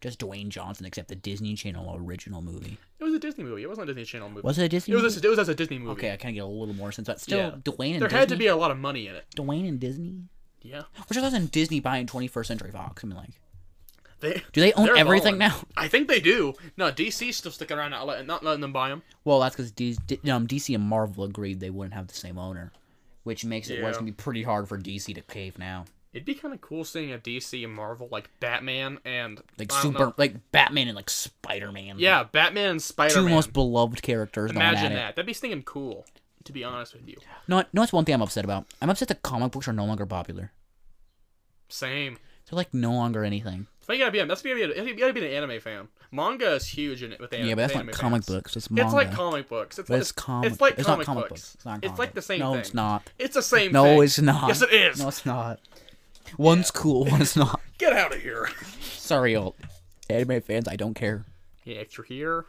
S2: Just Dwayne Johnson, except the Disney Channel original movie.
S1: It was a Disney movie. It wasn't a Disney Channel movie.
S2: Was it a Disney?
S1: it was a,
S2: movie?
S1: it was as a Disney movie.
S2: okay, I kind of get a little more sense, but still,
S1: Yeah.
S2: Dwayne and
S1: There
S2: Disney.
S1: had to be a lot of money in it.
S2: Dwayne and Disney. (gasps)
S1: Yeah.
S2: Which other than Disney buying 21st Century Fox? I mean, like,
S1: They
S2: do they own
S1: they're
S2: everything
S1: balling.
S2: now?
S1: (laughs) I think they do. No, DC's still sticking around, not letting, not letting them buy them.
S2: Well, that's because um, DC and Marvel agreed they wouldn't have the same owner, which makes it where it's
S1: Yeah.
S2: gonna be pretty hard for DC to cave now.
S1: It'd be kind of cool seeing a DC and Marvel like Batman and
S2: Like
S1: I don't know.
S2: super, like Batman and like Spider Man.
S1: Yeah, Batman and Spider
S2: Mm-hmm. two
S1: Man.
S2: most beloved characters. going at
S1: Imagine
S2: it.
S1: that. That'd be stinging cool, to be honest with you.
S2: No, no, it's one thing I'm upset about. I'm upset that comic books are no longer popular.
S1: Same.
S2: They're like no longer anything.
S1: But you gotta be that's you gotta be, you gotta be an anime fan. Manga is huge in it with anime.
S2: yeah, but that's not
S1: anime
S2: comic
S1: fans.
S2: books. It's manga.
S1: It's like comic books. It's,
S2: But
S1: like-
S2: it's comic.
S1: It's like
S2: it's
S1: comic,
S2: not comic
S1: books.
S2: It's not comic
S1: It's like the
S2: books.
S1: same
S2: no,
S1: thing.
S2: it's not.
S1: It's the same
S2: No,
S1: thing.
S2: it's not.
S1: Yes, it is.
S2: No,
S1: (laughs)
S2: it's not. One's cool. One's (laughs) not.
S1: Get out of here.
S2: Sorry, old anime fans. I don't care.
S1: Yeah, if you're here,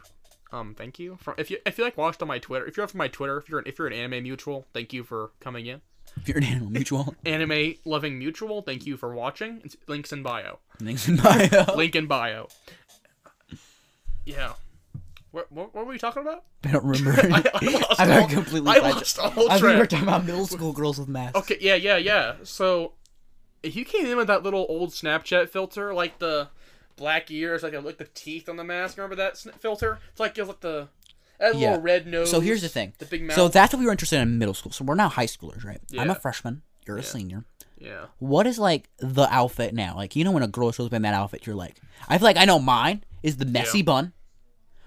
S1: um, thank you. For, if you if you like watched on my Twitter, if you're from my Twitter, if you're an, if you're an anime mutual, thank you for coming in.
S2: If you're an animal mutual,
S1: Anime loving mutual, thank you for watching. It's links in bio.
S2: things in uh, bio.
S1: Link in bio. Yeah. What, what, what were we talking about?
S2: I don't remember.
S1: I, (laughs)
S2: (laughs)
S1: I lost
S2: I got
S1: all-
S2: completely.
S1: I
S2: sidetracked.
S1: lost all
S2: I think we were
S1: track.
S2: talking about middle school girls with masks.
S1: Okay, yeah, yeah, yeah. So, if you came in with that little old Snapchat filter, like the black ears, like the, like the teeth on the mask. Remember that sn- filter? It's like it's like the that
S2: Yeah.
S1: little red nose.
S2: So here's the thing.
S1: The big mouth.
S2: So that's what we were interested in middle school. So we're now high schoolers, right? I'm a
S1: Yeah.
S2: freshman. You're a senior.
S1: yeah.
S2: What is like the outfit now? Like you know when a girl shows up in that outfit, you're like, I feel like I know mine is the messy
S1: Yeah.
S2: bun,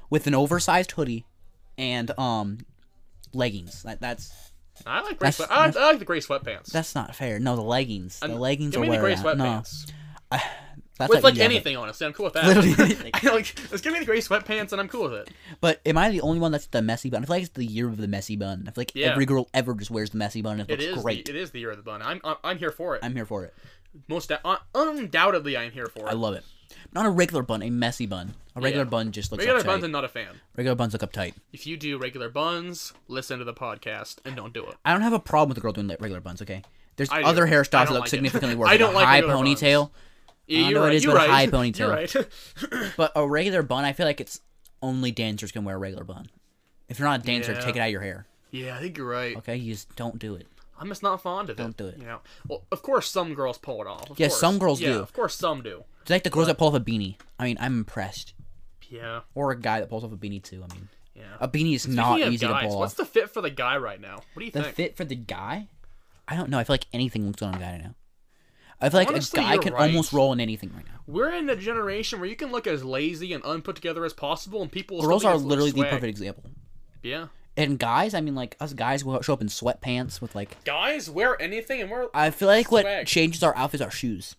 S2: with an oversized hoodie, and um, leggings. That, that's
S1: I like gray.
S2: That's-
S1: Sweat- I, like, I like the gray sweatpants.
S2: that's not fair. No, the leggings. The
S1: I'm-
S2: leggings
S1: Give
S2: are
S1: me the
S2: where
S1: gray
S2: it's at. No,
S1: sweatpants.
S2: that's
S1: With
S2: what
S1: like
S2: we have it.
S1: anything, honestly, I'm cool with that. (laughs)
S2: Literally anything.
S1: I like, just give me the gray sweatpants, and I'm cool with it.
S2: But am I the only one that's the messy bun? I feel like it's the year of the messy bun. I feel like
S1: Yeah.
S2: every girl ever just wears the messy bun. And it,
S1: It
S2: looks
S1: is.
S2: great.
S1: The, it is the year of the bun. I'm I'm, I'm here for it.
S2: I'm here for it.
S1: Most da- un- undoubtedly, I am here for it.
S2: I love it. Not a regular bun, a messy bun. A regular
S1: Yeah.
S2: bun just looks
S1: regular
S2: uptight.
S1: buns. I'm not a fan.
S2: regular buns look uptight.
S1: If you do regular buns, listen to the podcast and don't do it.
S2: I don't have a problem with a girl doing like, regular buns. Okay, there's
S1: I do.
S2: other hairstyles
S1: I
S2: that
S1: don't
S2: look
S1: like it. (laughs)
S2: significantly worse.
S1: I
S2: like
S1: don't
S2: a
S1: like
S2: high
S1: regular buns.
S2: ponytail,
S1: Yeah,
S2: I
S1: you're
S2: know it
S1: right.
S2: is,
S1: you're
S2: but a
S1: right.
S2: high
S1: (laughs) You're
S2: ponytail.
S1: right. (laughs)
S2: but a regular bun. I feel like it's only dancers can wear a regular bun. If you're not a dancer,
S1: Yeah.
S2: take it out of your hair.
S1: yeah, I think you're right.
S2: Okay, you just don't do it.
S1: I'm just not fond of it.
S2: Don't do it.
S1: You know. Well, of course, some girls pull it off. Of
S2: Yeah,
S1: course.
S2: some girls
S1: yeah,
S2: do.
S1: Of course, some do.
S2: It's like the girls that pull off a beanie. I mean, I'm impressed.
S1: Yeah.
S2: Or a guy that pulls off a beanie too. I mean,
S1: Yeah.
S2: A beanie is not
S1: Speaking of
S2: easy
S1: guys,
S2: to pull
S1: what's
S2: off.
S1: the fit for the guy right now? What do you
S2: The
S1: think?
S2: fit for the guy? I don't know. I feel like anything looks good on a guy right now. I feel like
S1: Honestly,
S2: a guy
S1: you're
S2: can
S1: right.
S2: almost roll in anything right now.
S1: We're in a generation where you can look as lazy and unput together as possible, and people will
S2: Girls
S1: still
S2: are
S1: think it's
S2: literally the
S1: swag.
S2: perfect example.
S1: Yeah.
S2: And guys, I mean, like us guys will show up in sweatpants with like.
S1: Guys wear anything, and we're
S2: I feel like what
S1: Swag.
S2: changes our outfits are shoes.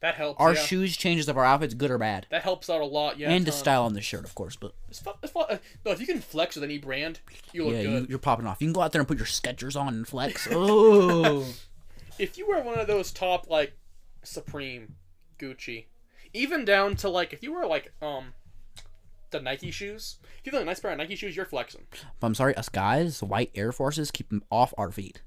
S1: that helps.
S2: Our
S1: yeah.
S2: shoes changes of our outfits, good or bad,
S1: that helps out a lot. Yeah.
S2: and the
S1: ton.
S2: style on the shirt, of course. But
S1: It's fu- it's fu- uh, no, if you can flex with any brand, you look
S2: yeah,
S1: good.
S2: you, you're popping off. You can go out there and put your Skechers on and
S1: (laughs)
S2: flex. Oh,
S1: if you wear one of those top like Supreme, Gucci, even down to like if you wear like um the Nike shoes, if you have a nice pair of Nike shoes, you're flexing.
S2: I'm sorry, us guys, white Air Forces keep them off our feet.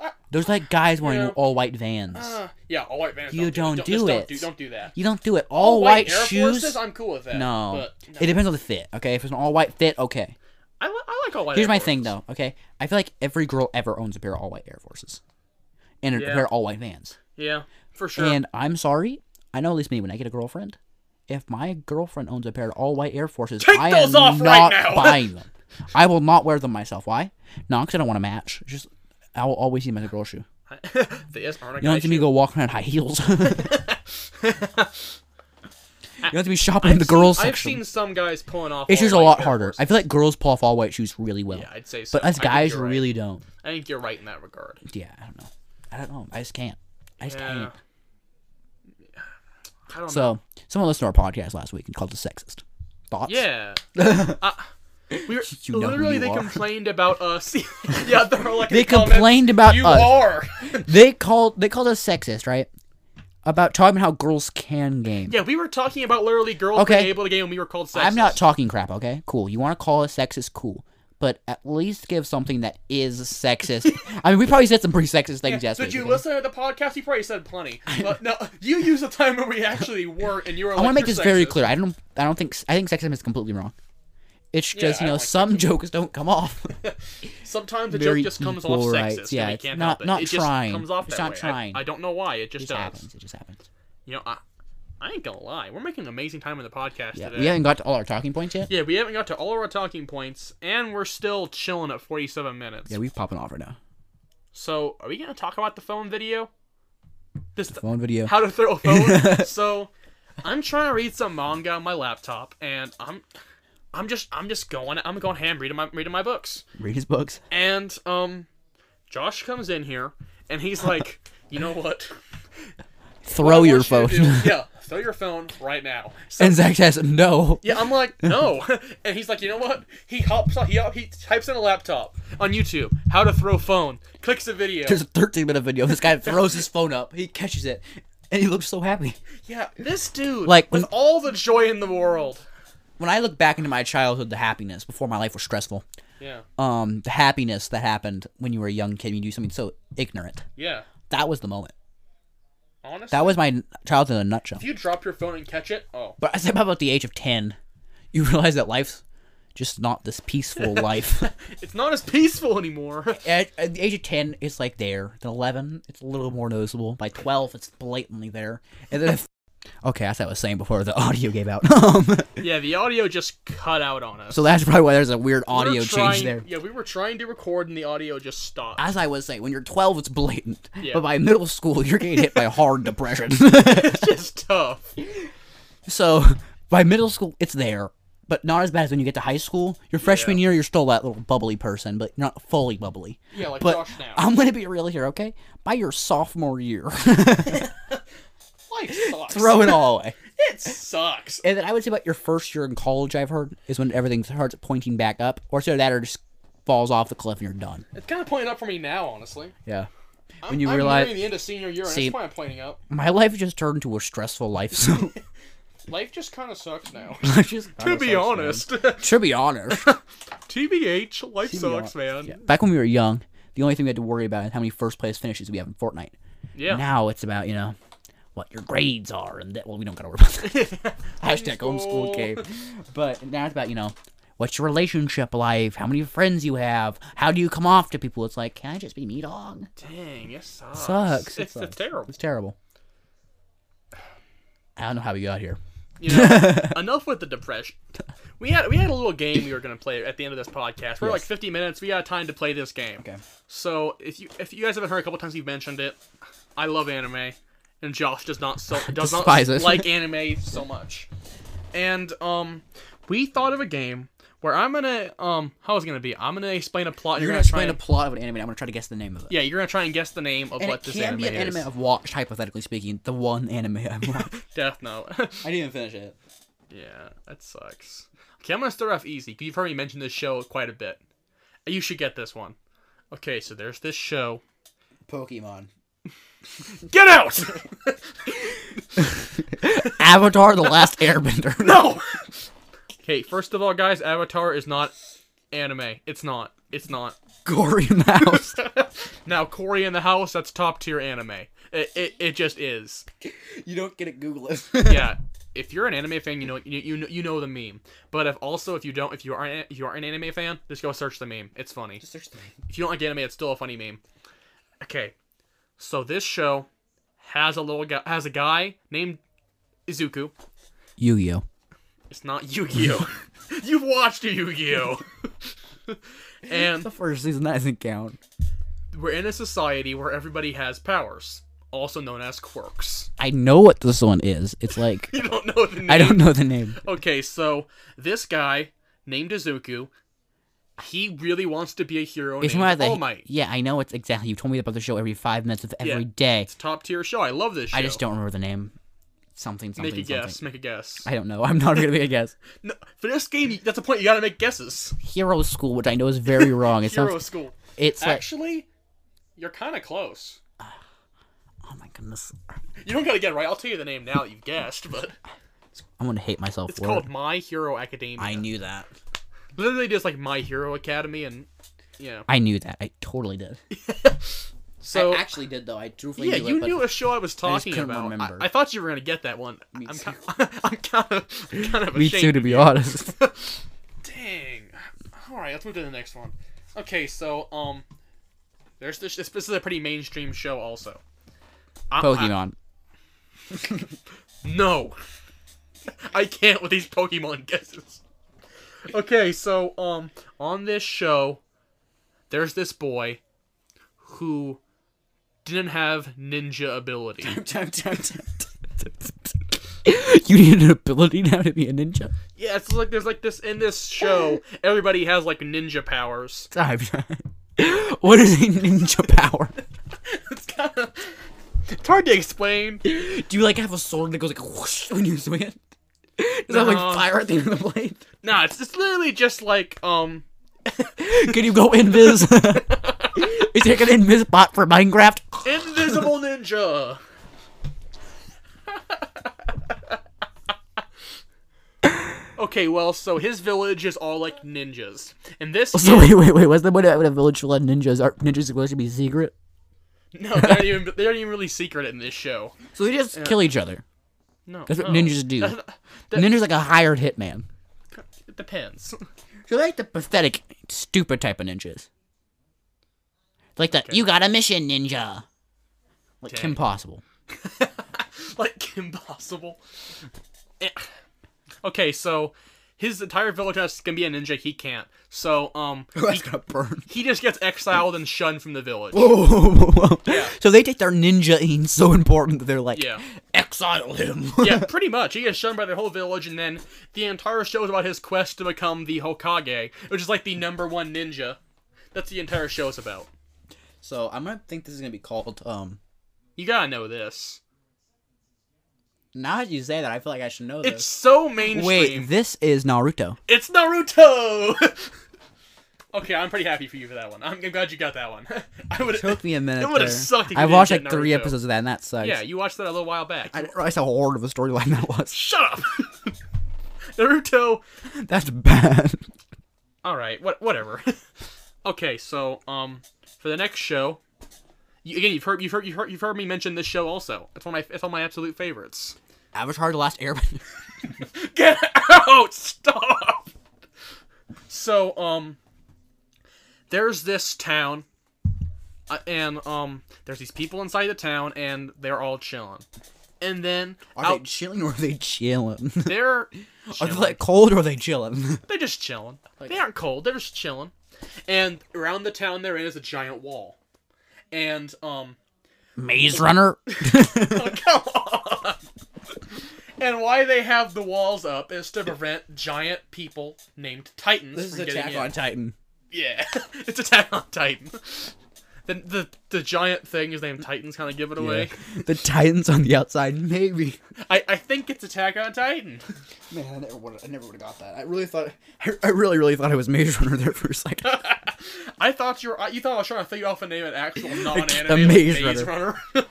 S1: I-
S2: There's like guys wearing
S1: Yeah.
S2: all white Vans.
S1: Uh, yeah, all white vans.
S2: You
S1: don't,
S2: don't
S1: do, just
S2: do
S1: Don't
S2: it.
S1: do, don't do that.
S2: you don't do it. All, white,
S1: Air
S2: shoes.
S1: Forces, I'm cool with that.
S2: no.
S1: but
S2: it depends on the fit. Okay, if it's an all white fit, okay.
S1: I, li- I like all white.
S2: Here's
S1: Air
S2: my thing
S1: Forces.
S2: though. Okay, I feel like every girl ever owns a pair of all white Air Forces, and a
S1: Yeah.
S2: pair of all white Vans.
S1: Yeah, for sure.
S2: And I'm sorry, I know at least me when I get a girlfriend, if my girlfriend owns a pair of all white Air Forces,
S1: Take
S2: I
S1: those
S2: am
S1: off right
S2: not
S1: now. (laughs)
S2: buying them. I will not wear them myself. Why? Not because I don't want to match. Just I will always see them as a girl shoe.
S1: (laughs) they just aren't a
S2: You don't
S1: guy
S2: have to me go walking around
S1: (laughs)
S2: high heels. (laughs) you don't have to be shopping in the girls
S1: I've
S2: section.
S1: seen some guys pulling off.
S2: it's
S1: all
S2: just a
S1: white
S2: lot
S1: Air
S2: harder.
S1: Forces.
S2: I feel like girls pull off all white shoes really well,
S1: yeah, I'd say so.
S2: but us
S1: I think
S2: guys
S1: you're right.
S2: really don't.
S1: I think you're right in that regard.
S2: Yeah, I don't know. I don't know. I just can't. I just
S1: Yeah.
S2: can't.
S1: I don't know.
S2: So someone listened to our podcast last week and called us sexist. Thoughts? (laughs)
S1: Yeah. uh, we were,
S2: You know who
S1: literally
S2: you
S1: they
S2: are.
S1: complained about us. (laughs) yeah, they were like
S2: They
S1: in the comments,
S2: complained about
S1: you
S2: us."
S1: are. (laughs)
S2: They called they called us sexist, right? About talking about how girls can game.
S1: yeah, we were talking about literally girls
S2: Okay.
S1: being able to game, and we were called sexist.
S2: I'm not talking crap, okay? Cool. You want to call us sexist? Cool. But at least give something that
S1: (laughs)
S2: is sexist. I mean, we probably said some pretty sexist things
S1: Yeah,
S2: yesterday.
S1: Did you listen to the podcast? You probably said
S2: (laughs)
S1: plenty. But no, you used the time when we actually weren't, and you were.
S2: I
S1: want to
S2: make this very clear. I don't. I don't think. I think sexism is completely wrong. It's just
S1: I
S2: you know
S1: like
S2: some jokes don't come (laughs) off.
S1: Sometimes the
S2: Very
S1: joke just comes off
S2: equal
S1: sexist.
S2: rights,
S1: Yeah,
S2: yeah,
S1: we
S2: it's
S1: can't
S2: not-
S1: help it.
S2: not
S1: it
S2: trying.
S1: just comes off
S2: It's
S1: that
S2: not
S1: way. I-
S2: trying.
S1: I, don't know why. It just,
S2: it just
S1: does.
S2: happens. It just happens.
S1: You know, I, I ain't gonna lie. We're making an amazing time in the podcast
S2: Yeah,
S1: today.
S2: we haven't got to all our talking points yet.
S1: Yeah, we haven't got to all of our talking points, and we're still chilling at 47 minutes.
S2: Yeah, we're popping off right now.
S1: so, are we gonna talk about the phone video? This
S2: Phone video.
S1: how to throw a
S2: (laughs)
S1: phone. so, I'm trying to read some manga on my laptop, and I'm, I'm just, I'm just going, I'm going ham reading my reading my books,
S2: Read his books.
S1: and um, Josh comes in here, and he's like,
S2: (laughs)
S1: you know what?
S2: (laughs) Throw
S1: I
S2: your
S1: want you
S2: phone.
S1: to do- yeah, throw your phone right now. So
S2: (laughs) and Zach says (laughs) no.
S1: Yeah, I'm like, no. (laughs) and he's like, you know what? He hops on, he, he types in a laptop on YouTube, how to throw phone, clicks the video.
S2: There's a 13 minute video. This (laughs) guy throws his phone up. He catches it, and he looks so happy.
S1: yeah, this dude,
S2: Like,
S1: with
S2: when-
S1: all the joy in the world.
S2: When I look back into my childhood, the happiness before my life was stressful.
S1: Yeah,
S2: Um, the happiness that happened when you were a young kid, when you do something so ignorant.
S1: yeah.
S2: That was the moment.
S1: Honestly,
S2: That was my childhood in a nutshell.
S1: if you drop your phone and catch it, oh,
S2: But I said about the age of 10, you realize that life's just not this
S1: (laughs)
S2: peaceful life.
S1: it's not as peaceful anymore. (laughs)
S2: at, at the age of 10 it's like there at 11 it's a little more noticeable by 12 it's blatantly there and then (laughs) if, okay as i was saying before the (laughs) audio gave out um,
S1: yeah, the audio just cut out on us.
S2: so that's probably why there's a weird
S1: We were
S2: audio
S1: trying-
S2: change there
S1: Yeah, we were trying to record and the audio just stopped.
S2: as i was saying when you're 12 it's blatant
S1: Yeah.
S2: but by middle school you're getting hit by hard
S1: (laughs)
S2: depression (laughs)
S1: It's just tough.
S2: so by middle school it's there but not as bad as when you get to high school. Your freshman year, you're still that little bubbly person, but you're not fully bubbly.
S1: Yeah, like
S2: But
S1: Josh now.
S2: I'm gonna be real here, okay? By your sophomore year, (laughs)
S1: Life sucks.
S2: throw it all away.
S1: it sucks.
S2: (laughs) And then I would say about your first year in college, I've heard, is when everything starts pointing back up, or so that or just falls off the cliff and you're done.
S1: It's kind of pointing up for me now, honestly.
S2: Yeah.
S1: I'm,
S2: When you
S1: I'm
S2: realize-
S1: nearing the end of senior year, and
S2: See-
S1: it's kind of pointing up.
S2: My life just turned to a stressful life. (laughs) So
S1: Life just kind of sucks now.
S2: I just
S1: (laughs) to be honest, (laughs)
S2: To be honest.
S1: TBH, life sucks, man.
S2: (laughs) Yeah. Back when we were young, the only thing we had to worry about is how many first place finishes we have in Fortnite.
S1: Yeah.
S2: Now it's about, you know, what your grades are and that well, we don't gotta worry about that. (laughs) Hashtag homeschool game. But now it's about, you know, what's your relationship life? How many friends you have? How do you come off to people? It's like, can I just be me dog?
S1: Dang, it sucks.
S2: Sucks. It
S1: It's,
S2: sucks.
S1: it's
S2: (laughs)
S1: terrible.
S2: It's terrible. I don't know how we got here.
S1: You know, enough with the depression. we had we had a little game we were gonna play at the end of this podcast. We're like 50 minutes. We got time to play this game.
S2: Okay.
S1: So if you if you guys haven't heard a couple times, we've mentioned it. I love anime, and Josh does not
S2: (laughs)
S1: so does not
S2: Despise it.
S1: like anime so much. And um, we thought of a game where I'm gonna um, how is it gonna be? I'm gonna explain a plot. and
S2: You're
S1: you're
S2: gonna explain
S1: try
S2: a
S1: and-
S2: plot of an anime. and I'm gonna try to guess the name of it.
S1: yeah, you're gonna try and guess the name of
S2: And
S1: what
S2: it
S1: this
S2: can
S1: anime
S2: be an
S1: is.
S2: anime I've watched, hypothetically speaking, the one anime (laughs) I've watched.
S1: Death Note. (laughs)
S2: I didn't even finish it.
S1: yeah, that sucks. Okay, I'm gonna start off easy. 'cause You've heard me mention this show quite a bit. You should get this one. Okay, so there's this show.
S2: Pokemon.
S1: Get
S2: (laughs)
S1: out!
S2: Avatar The Last Airbender. (laughs)
S1: no. okay, first of all, guys, Avatar is not anime. It's not. It's not.
S2: Gory Mouse.
S1: now, Corey in the house. That's top tier anime. It, it, it just is.
S2: (laughs) you don't get it, Google it. (laughs)
S1: Yeah. If you're an anime fan, you know you, you know you know the meme. But if also if you don't if you are an, if you are an anime fan, just go search the meme. It's funny.
S2: Search the name.
S1: If you don't like anime, it's still a funny meme. Okay. So this show has a little guy has a guy named Izuku.
S2: Yu-Gi-Oh.
S1: It's not Yu-Gi-Oh. (laughs) You've watched
S2: (laughs)
S1: Yu-Gi-Oh. and
S2: The first season that doesn't count.
S1: we're in a society where everybody has powers, also known as quirks. (laughs)
S2: I know what this one is. It's like
S1: You don't know the name.
S2: I don't know the name.
S1: Okay, so this guy named Izuku, he really wants to be a hero
S2: It's
S1: named
S2: one of the
S1: All Might.
S2: yeah. I know it's exactly. You told me about the show every five minutes of every day.
S1: Yeah. It's a top tier show. I love this show.
S2: I just don't remember the name. Something something
S1: make a
S2: something.
S1: guess. Make a guess.
S2: I don't know. (laughs) I'm not gonna make a guess.
S1: No, for this game, that's the point. You gotta make guesses.
S2: Hero School, which I know is
S1: (laughs)
S2: very wrong. It
S1: Hero
S2: sounds.
S1: school.
S2: It's like
S1: Actually, you're kind of close.
S2: oh my goodness.
S1: You don't gotta get it right. I'll tell you the name now that you've guessed, but.
S2: I'm gonna hate myself
S1: It's
S2: for
S1: called
S2: it.
S1: My Hero Academia.
S2: I knew that.
S1: Literally just like My Hero Academy and yeah.
S2: I knew that. I totally did.
S1: So
S2: actually did though. I truthfully
S1: yeah, you knew a show I was talking
S2: couldn't
S1: about.
S2: remember.
S1: I, I thought you were gonna get that one.
S2: Me
S1: I'm
S2: too.
S1: kind, (laughs) I'm kind of I'm kind of
S2: (laughs) Me
S1: ashamed.
S2: too, to be honest. (laughs)
S1: Dang. All right, let's move to the next one. Okay, so um, there's this. This is a pretty mainstream show also. (laughs) I- I-
S2: Pokemon.
S1: No. I can't with these Pokemon guesses. Okay, so um on this show there's this boy who didn't have ninja ability.
S2: you need an ability now to be a ninja.
S1: (laughs) Yeah, it's like there's like this in this show everybody has like ninja powers.
S2: Time. what is a ninja power?
S1: (laughs) It's kind of it's hard to explain.
S2: Do you like have a sword that goes like whoosh when you swing it? Does
S1: No.
S2: that like fire at the end of the blade?
S1: (laughs) Nah, it's it's literally just like um
S2: Can you go invis? is there an invis bot for Minecraft?
S1: invisible ninja. okay, well, so his village is all like ninjas, and this
S2: (laughs) So wait, wait, wait. What's the point of having a village full of ninjas? Are ninjas supposed to be secret?
S1: (laughs) no, they aren't even they aren't even really secret in this show.
S2: So they just kill each other.
S1: No,
S2: That's what
S1: no.
S2: ninjas do.
S1: Oh. that-
S2: ninjas like a hired hitman.
S1: It depends. (laughs)
S2: So they're like the pathetic, stupid type of ninjas. Like the you got a mission, ninja. Like
S1: Okay.
S2: Kim (laughs) Possible.
S1: like impossible. Eh. Okay, so his entire village has can be a ninja. He can't. So um,
S2: That's gonna (laughs) burn.
S1: he just gets exiled and shunned from the village.
S2: So they take their ninja being so important that they're like,
S1: Yeah.
S2: exile him.
S1: yeah, pretty much. He gets shunned by the whole village, and then the entire show is about his quest to become the Hokage, which is like the number one ninja. That's the entire show's about.
S2: So I'm gonna think this is gonna be called. Um,
S1: You gotta know this.
S2: now that you say that, I feel like I should know
S1: It's so mainstream.
S2: Wait, this is Naruto.
S1: It's Naruto. (laughs) okay, I'm pretty happy for you for that one. I'm, I'm glad you got that one. (laughs) I would.
S2: Took me a
S1: (laughs)
S2: minute.
S1: It would've
S2: there.
S1: sucked if
S2: I
S1: you
S2: watched
S1: didn't
S2: like
S1: get
S2: three
S1: Naruto.
S2: episodes of that, and that sucks.
S1: Yeah, you watched that a little while back.
S2: I didn't realize how horrid of a storyline (laughs) that was.
S1: Shut up. (laughs) Naruto.
S2: That's bad.
S1: All right. What? Whatever. (laughs) okay. So, um, for the next show, you, again, you've heard, you've heard, you've heard, you've heard me mention this show. Also, it's one of my, it's one of my absolute favorites. (laughs)
S2: Avatar: The Last Airbender.
S1: Get out! Stop. So, um, there's this town, uh, and um, there's these people inside the town, and they're all chilling. and then
S2: Are they
S1: out
S2: chilling or are they chilling? (laughs)
S1: there,
S2: Are they like cold or are they chilling?
S1: they're just chilling. They aren't cold. They're just chilling. And around the town they're in is a giant wall, and um,
S2: (laughs) Maze Runner.
S1: come on. And why they have the walls up is to prevent giant people named Titans
S2: This is
S1: from getting
S2: Attack
S1: in.
S2: on Titan.
S1: Yeah, (laughs) it's Attack on Titan. The, the the giant thing is named Titans, kind of give it away.
S2: (laughs) The Titans on the outside, maybe.
S1: I, I think it's Attack on Titan.
S2: Man, I never would. I never would have got that. I really thought. (laughs) I, I really, really thought it was Maze Runner there for a second. (laughs)
S1: I thought you were you thought I was trying to figure off a name an
S2: (laughs)
S1: actual non-anime
S2: A
S1: like
S2: Maze
S1: Maze Runner. (laughs)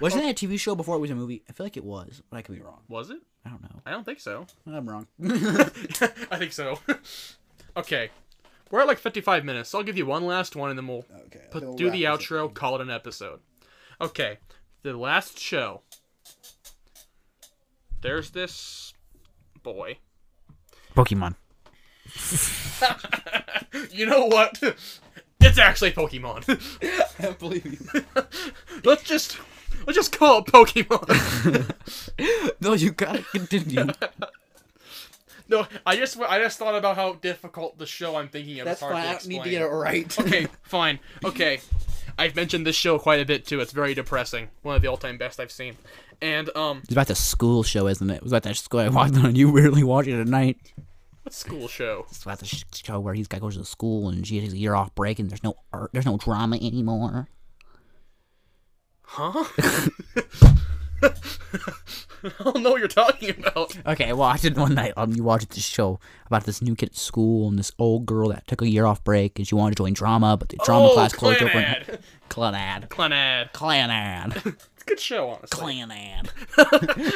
S2: Wasn't that a TV show before it was a movie? I feel like it was, but I could be wrong.
S1: was it?
S2: I don't know.
S1: I don't think so.
S2: I'm (laughs) wrong.
S1: (laughs) I think so. okay, we're at like 55 minutes, so I'll give you one last one, and then we'll
S2: Okay.
S1: put, do the outro, call it an episode. Okay, the last show. There's this boy.
S2: Pokemon.
S1: You know what? (laughs) It's actually Pokemon.
S2: (laughs)
S1: (laughs)
S2: I can't believe you.
S1: let's just let's just call it Pokemon. (laughs)
S2: (laughs) No, you gotta (laughs) continue.
S1: no, I just I just thought about how difficult the show I'm thinking of
S2: That's
S1: is hard
S2: fine.
S1: to
S2: I don't
S1: explain.
S2: need to get it right.
S1: okay, fine. Okay. I've mentioned this show quite a bit too. It's very depressing. One of the all-time best I've seen. And um
S2: (laughs) It's about the school show, isn't it? It was about that school I walked on. You weirdly watched it at night.
S1: what school show? (laughs)
S2: It's about the sh- show where he's got goes to the school and she has a year off break and there's no art, there's no drama anymore.
S1: Huh? I don't know what you're talking about.
S2: Okay, well, I did one night. Um, you watched this show about this new kid at school and this old girl that took a year off break and she wanted to join drama, but the drama
S1: oh,
S2: class closed over. and-
S1: Clanad.
S2: Clanad.
S1: Clanad. (laughs)
S2: Clanad.
S1: It's a good show, honestly. (laughs)
S2: Clanad.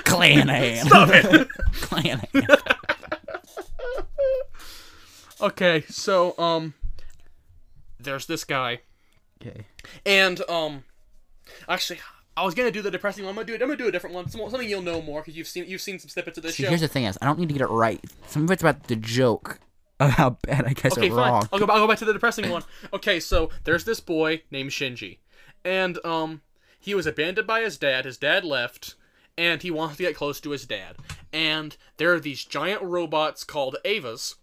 S2: Clanad.
S1: Stop it.
S2: Clanad.
S1: okay, so um there's this guy
S2: Okay.
S1: And um, actually, I was gonna do the depressing one. I'm gonna do it. I'm gonna do a different one. Some- Something you'll know more because you've seen you've seen some snippets of this
S2: See,
S1: show.
S2: here's the thing is, I don't need to get it right. Some of it's about the joke of how bad I guess
S1: okay,
S2: are
S1: fine.
S2: wrong.
S1: I'll go, ba- I'll go back to the depressing one. Okay, so there's this boy named Shinji, and um, he was abandoned by his dad. His dad left, and he wants to get close to his dad. And there are these giant robots called Avas,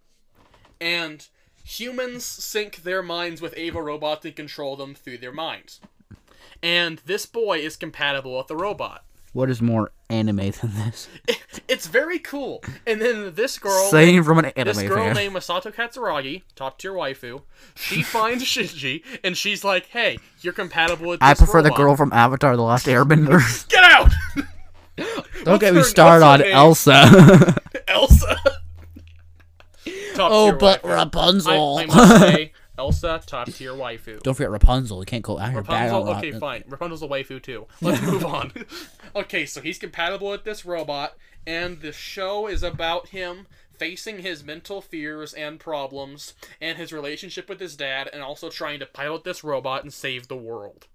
S1: and humans sync their minds with Ava robots and control them through their minds. And this boy is compatible with the robot.
S2: What is more anime than this?
S1: it's very cool. And then this girl,
S2: Saying from an anime
S1: this girl
S2: (laughs) fan.
S1: named Masato Katsuragi, top tier waifu, she (laughs) finds Shinji and she's like, "Hey, you're compatible with." This
S2: I prefer the
S1: robot.
S2: girl from Avatar: The
S1: (laughs)
S2: Last Airbender.
S1: Get out,
S2: don't get
S1: her-
S2: me
S1: what's
S2: started
S1: her
S2: on
S1: name? (laughs)
S2: Elsa.
S1: Elsa. top
S2: oh,
S1: tier
S2: but
S1: waifu.
S2: Rapunzel.
S1: I,
S2: (laughs)
S1: I must say, Elsa, top tier waifu.
S2: Don't forget Rapunzel. You can't go out here bad on
S1: Rapunzel, okay,
S2: Rapunzel.
S1: fine. Rapunzel's a waifu (laughs) too. Let's move on. Okay, so he's compatible with this robot, and the show is about him facing his mental fears and problems, and his relationship with his dad, and also trying to pilot this robot and save the world.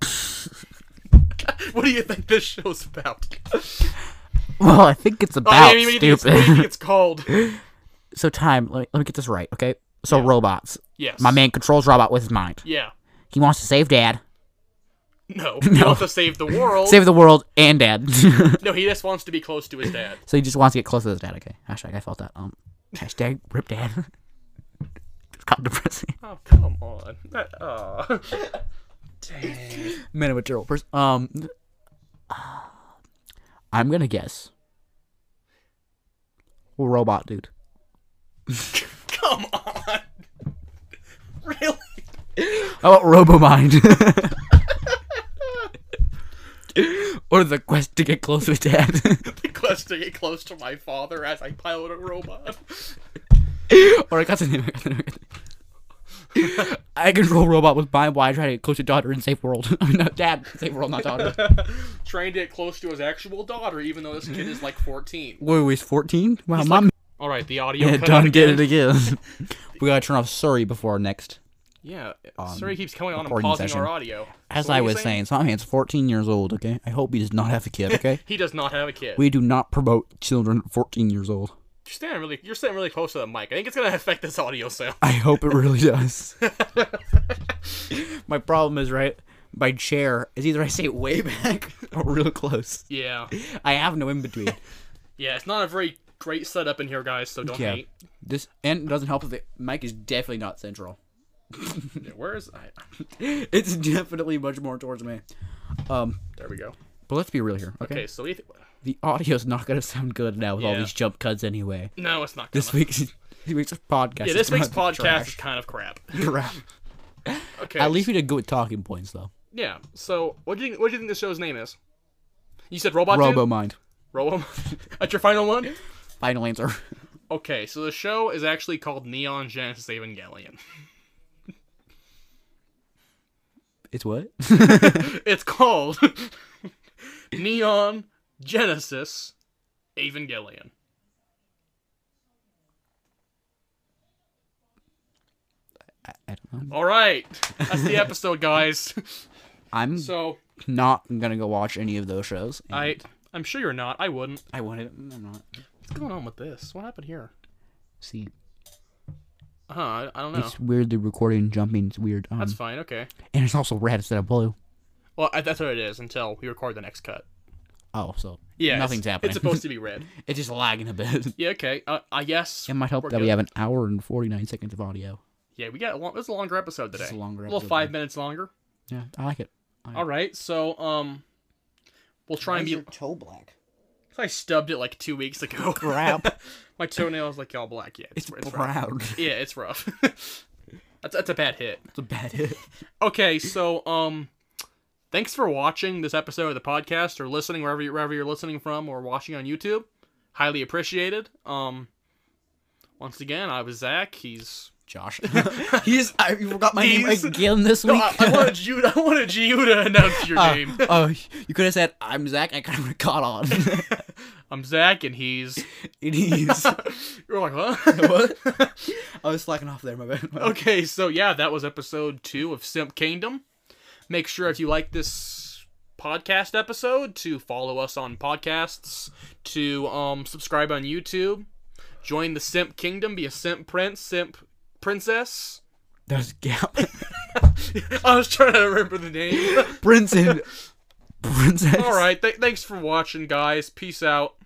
S1: (laughs) what do you think this show's about?
S2: Well, I think it's
S1: I
S2: about
S1: mean, what do you think it's- what do you think
S2: (laughs) stupid.
S1: it's (laughs) called?
S2: so time. Let me, let me get this right, okay? So robots.
S1: Yes.
S2: My man controls robot with his mind.
S1: Yeah.
S2: He wants to save dad,
S1: (laughs) No. He wants to save the world.
S2: save the world, and dad. (laughs)
S1: no, he just wants to be close to his dad.
S2: so he just wants to get close to his dad. Okay. Hashtag I felt that. Um. Hashtag rip dad. (laughs) it's kind of depressing.
S1: Oh, come on. That, aw. (laughs)
S2: Man of material person. Um. ah, I'm gonna guess. Robot dude.
S1: Come on. (laughs) Really?
S2: How about Oh, RoboMind? (laughs) or the quest to get close with dad.
S1: The quest to get close to my father as I pilot a robot.
S2: (laughs) or I got the name. I got the name, I got the name. I control robot with mind while I try to get close to daughter and save world. (laughs) I mean, not dad, save world, not daughter.
S1: Trying to get close to his actual daughter, even though this kid is like 14.
S2: Wait, he's 14? Wow, mom.
S1: All right, the audio.
S2: (laughs)
S1: cut out
S2: done get it
S1: again.
S2: again. (laughs) we gotta turn off Surrey before our next.
S1: Yeah, sorry, keeps coming on and
S2: recording
S1: pausing
S2: session.
S1: our audio.
S2: As
S1: So what
S2: I
S1: were you
S2: was saying, so my man's 14 years old, okay? I hope he does not have a kid, okay?
S1: he does not have a kid.
S2: we do not promote children 14 years old.
S1: you're standing really, you're sitting really close to the mic. I think it's gonna affect this audio sound.
S2: (laughs) I hope it really does. My problem is, right? my chair is either I say it way back or real close.
S1: Yeah.
S2: I have no in between.
S1: Yeah, it's not a very great setup in here, guys, so don't
S2: (laughs) yeah.
S1: hate.
S2: This and it doesn't help that the mic is definitely not central. (laughs)
S1: Yeah, where is I,
S2: It's definitely much more towards me. Um,
S1: There we go.
S2: but let's be real here, okay?
S1: Okay, so anything.
S2: The audio's not gonna sound good now with all
S1: Yeah.
S2: these jump cuts anyway.
S1: No, it's not. Gonna.
S2: This week's this week's podcast.
S1: yeah,
S2: is
S1: this week's
S2: gonna be
S1: podcast is
S2: trash.
S1: kind of (laughs) crap.
S2: Crap.
S1: Okay.
S2: At least we did good with talking points though.
S1: Yeah. So, what do you what do you think the show's name is? You said Robot
S2: Robo
S1: Dude?
S2: mind.
S1: Robo. (laughs) That's your final one.
S2: Final answer.
S1: Okay, so the show is actually called Neon Genesis Evangelion.
S2: (laughs) It's (laughs) what?
S1: (laughs) It's called (laughs) Neon Genesis Evangelion.
S2: I (laughs) don't know.
S1: All right, that's the episode, guys. (laughs)
S2: I'm
S1: So
S2: not gonna go watch any of those shows. and
S1: I, I'm sure you're not. I wouldn't.
S2: I wanted. I'm not.
S1: What's going on with this? What happened here?
S2: See,
S1: Huh? I, I don't know.
S2: it's weird. The recording jumping. It's weird. Um,
S1: That's fine. Okay.
S2: and it's also red instead of blue.
S1: Well, I, that's what it is until we record the next cut.
S2: Oh, so
S1: Yeah, it's-
S2: nothing's happening.
S1: It's
S2: (laughs)
S1: supposed to be red.
S2: it's just lagging a bit.
S1: Yeah. Okay. Uh, I guess
S2: It might help
S1: we're
S2: that we
S1: good.
S2: have an hour and forty nine seconds of audio.
S1: Yeah, we got a long. This is a longer episode today.
S2: is a longer
S1: little
S2: episode,
S1: five
S2: yeah.
S1: minutes longer.
S2: Yeah, I like it.
S1: All right. So um, we'll try and be.
S2: toe black.
S1: I stubbed it like two weeks ago. (laughs)
S2: Crap.
S1: My toenail's like all black. Yeah, it's, it's rough.
S2: brown.
S1: Yeah, it's rough. (laughs) that's that's a bad hit.
S2: It's a bad hit.
S1: Okay, so um, thanks for watching this episode of the podcast or listening wherever you, wherever you're listening from or watching on YouTube. Highly appreciated. Um, once again, I was Zach. He's (laughs)
S2: Josh. (laughs) He's. I you forgot my name
S1: He's-
S2: again this
S1: no,
S2: week.
S1: I, I wanted you. I wanted you to announce your
S2: Uh,
S1: name.
S2: oh, you could have said I'm Zach. I kind of caught on.
S1: I'm Zach, and he's.
S2: it is.
S1: You're like, huh? (laughs)
S2: what? I was slacking off there. My bad. My bad.
S1: okay, so yeah, that was episode two of Simp Kingdom. Make sure if you like this podcast episode to follow us on podcasts, to um, subscribe on YouTube, join the Simp Kingdom, be a Simp Prince, Simp Princess. (laughs)
S2: There's a gap. (laughs)
S1: I was trying to remember the name.
S2: (laughs) Prince and princess.
S1: All right, th- thanks for watching, guys. Peace out.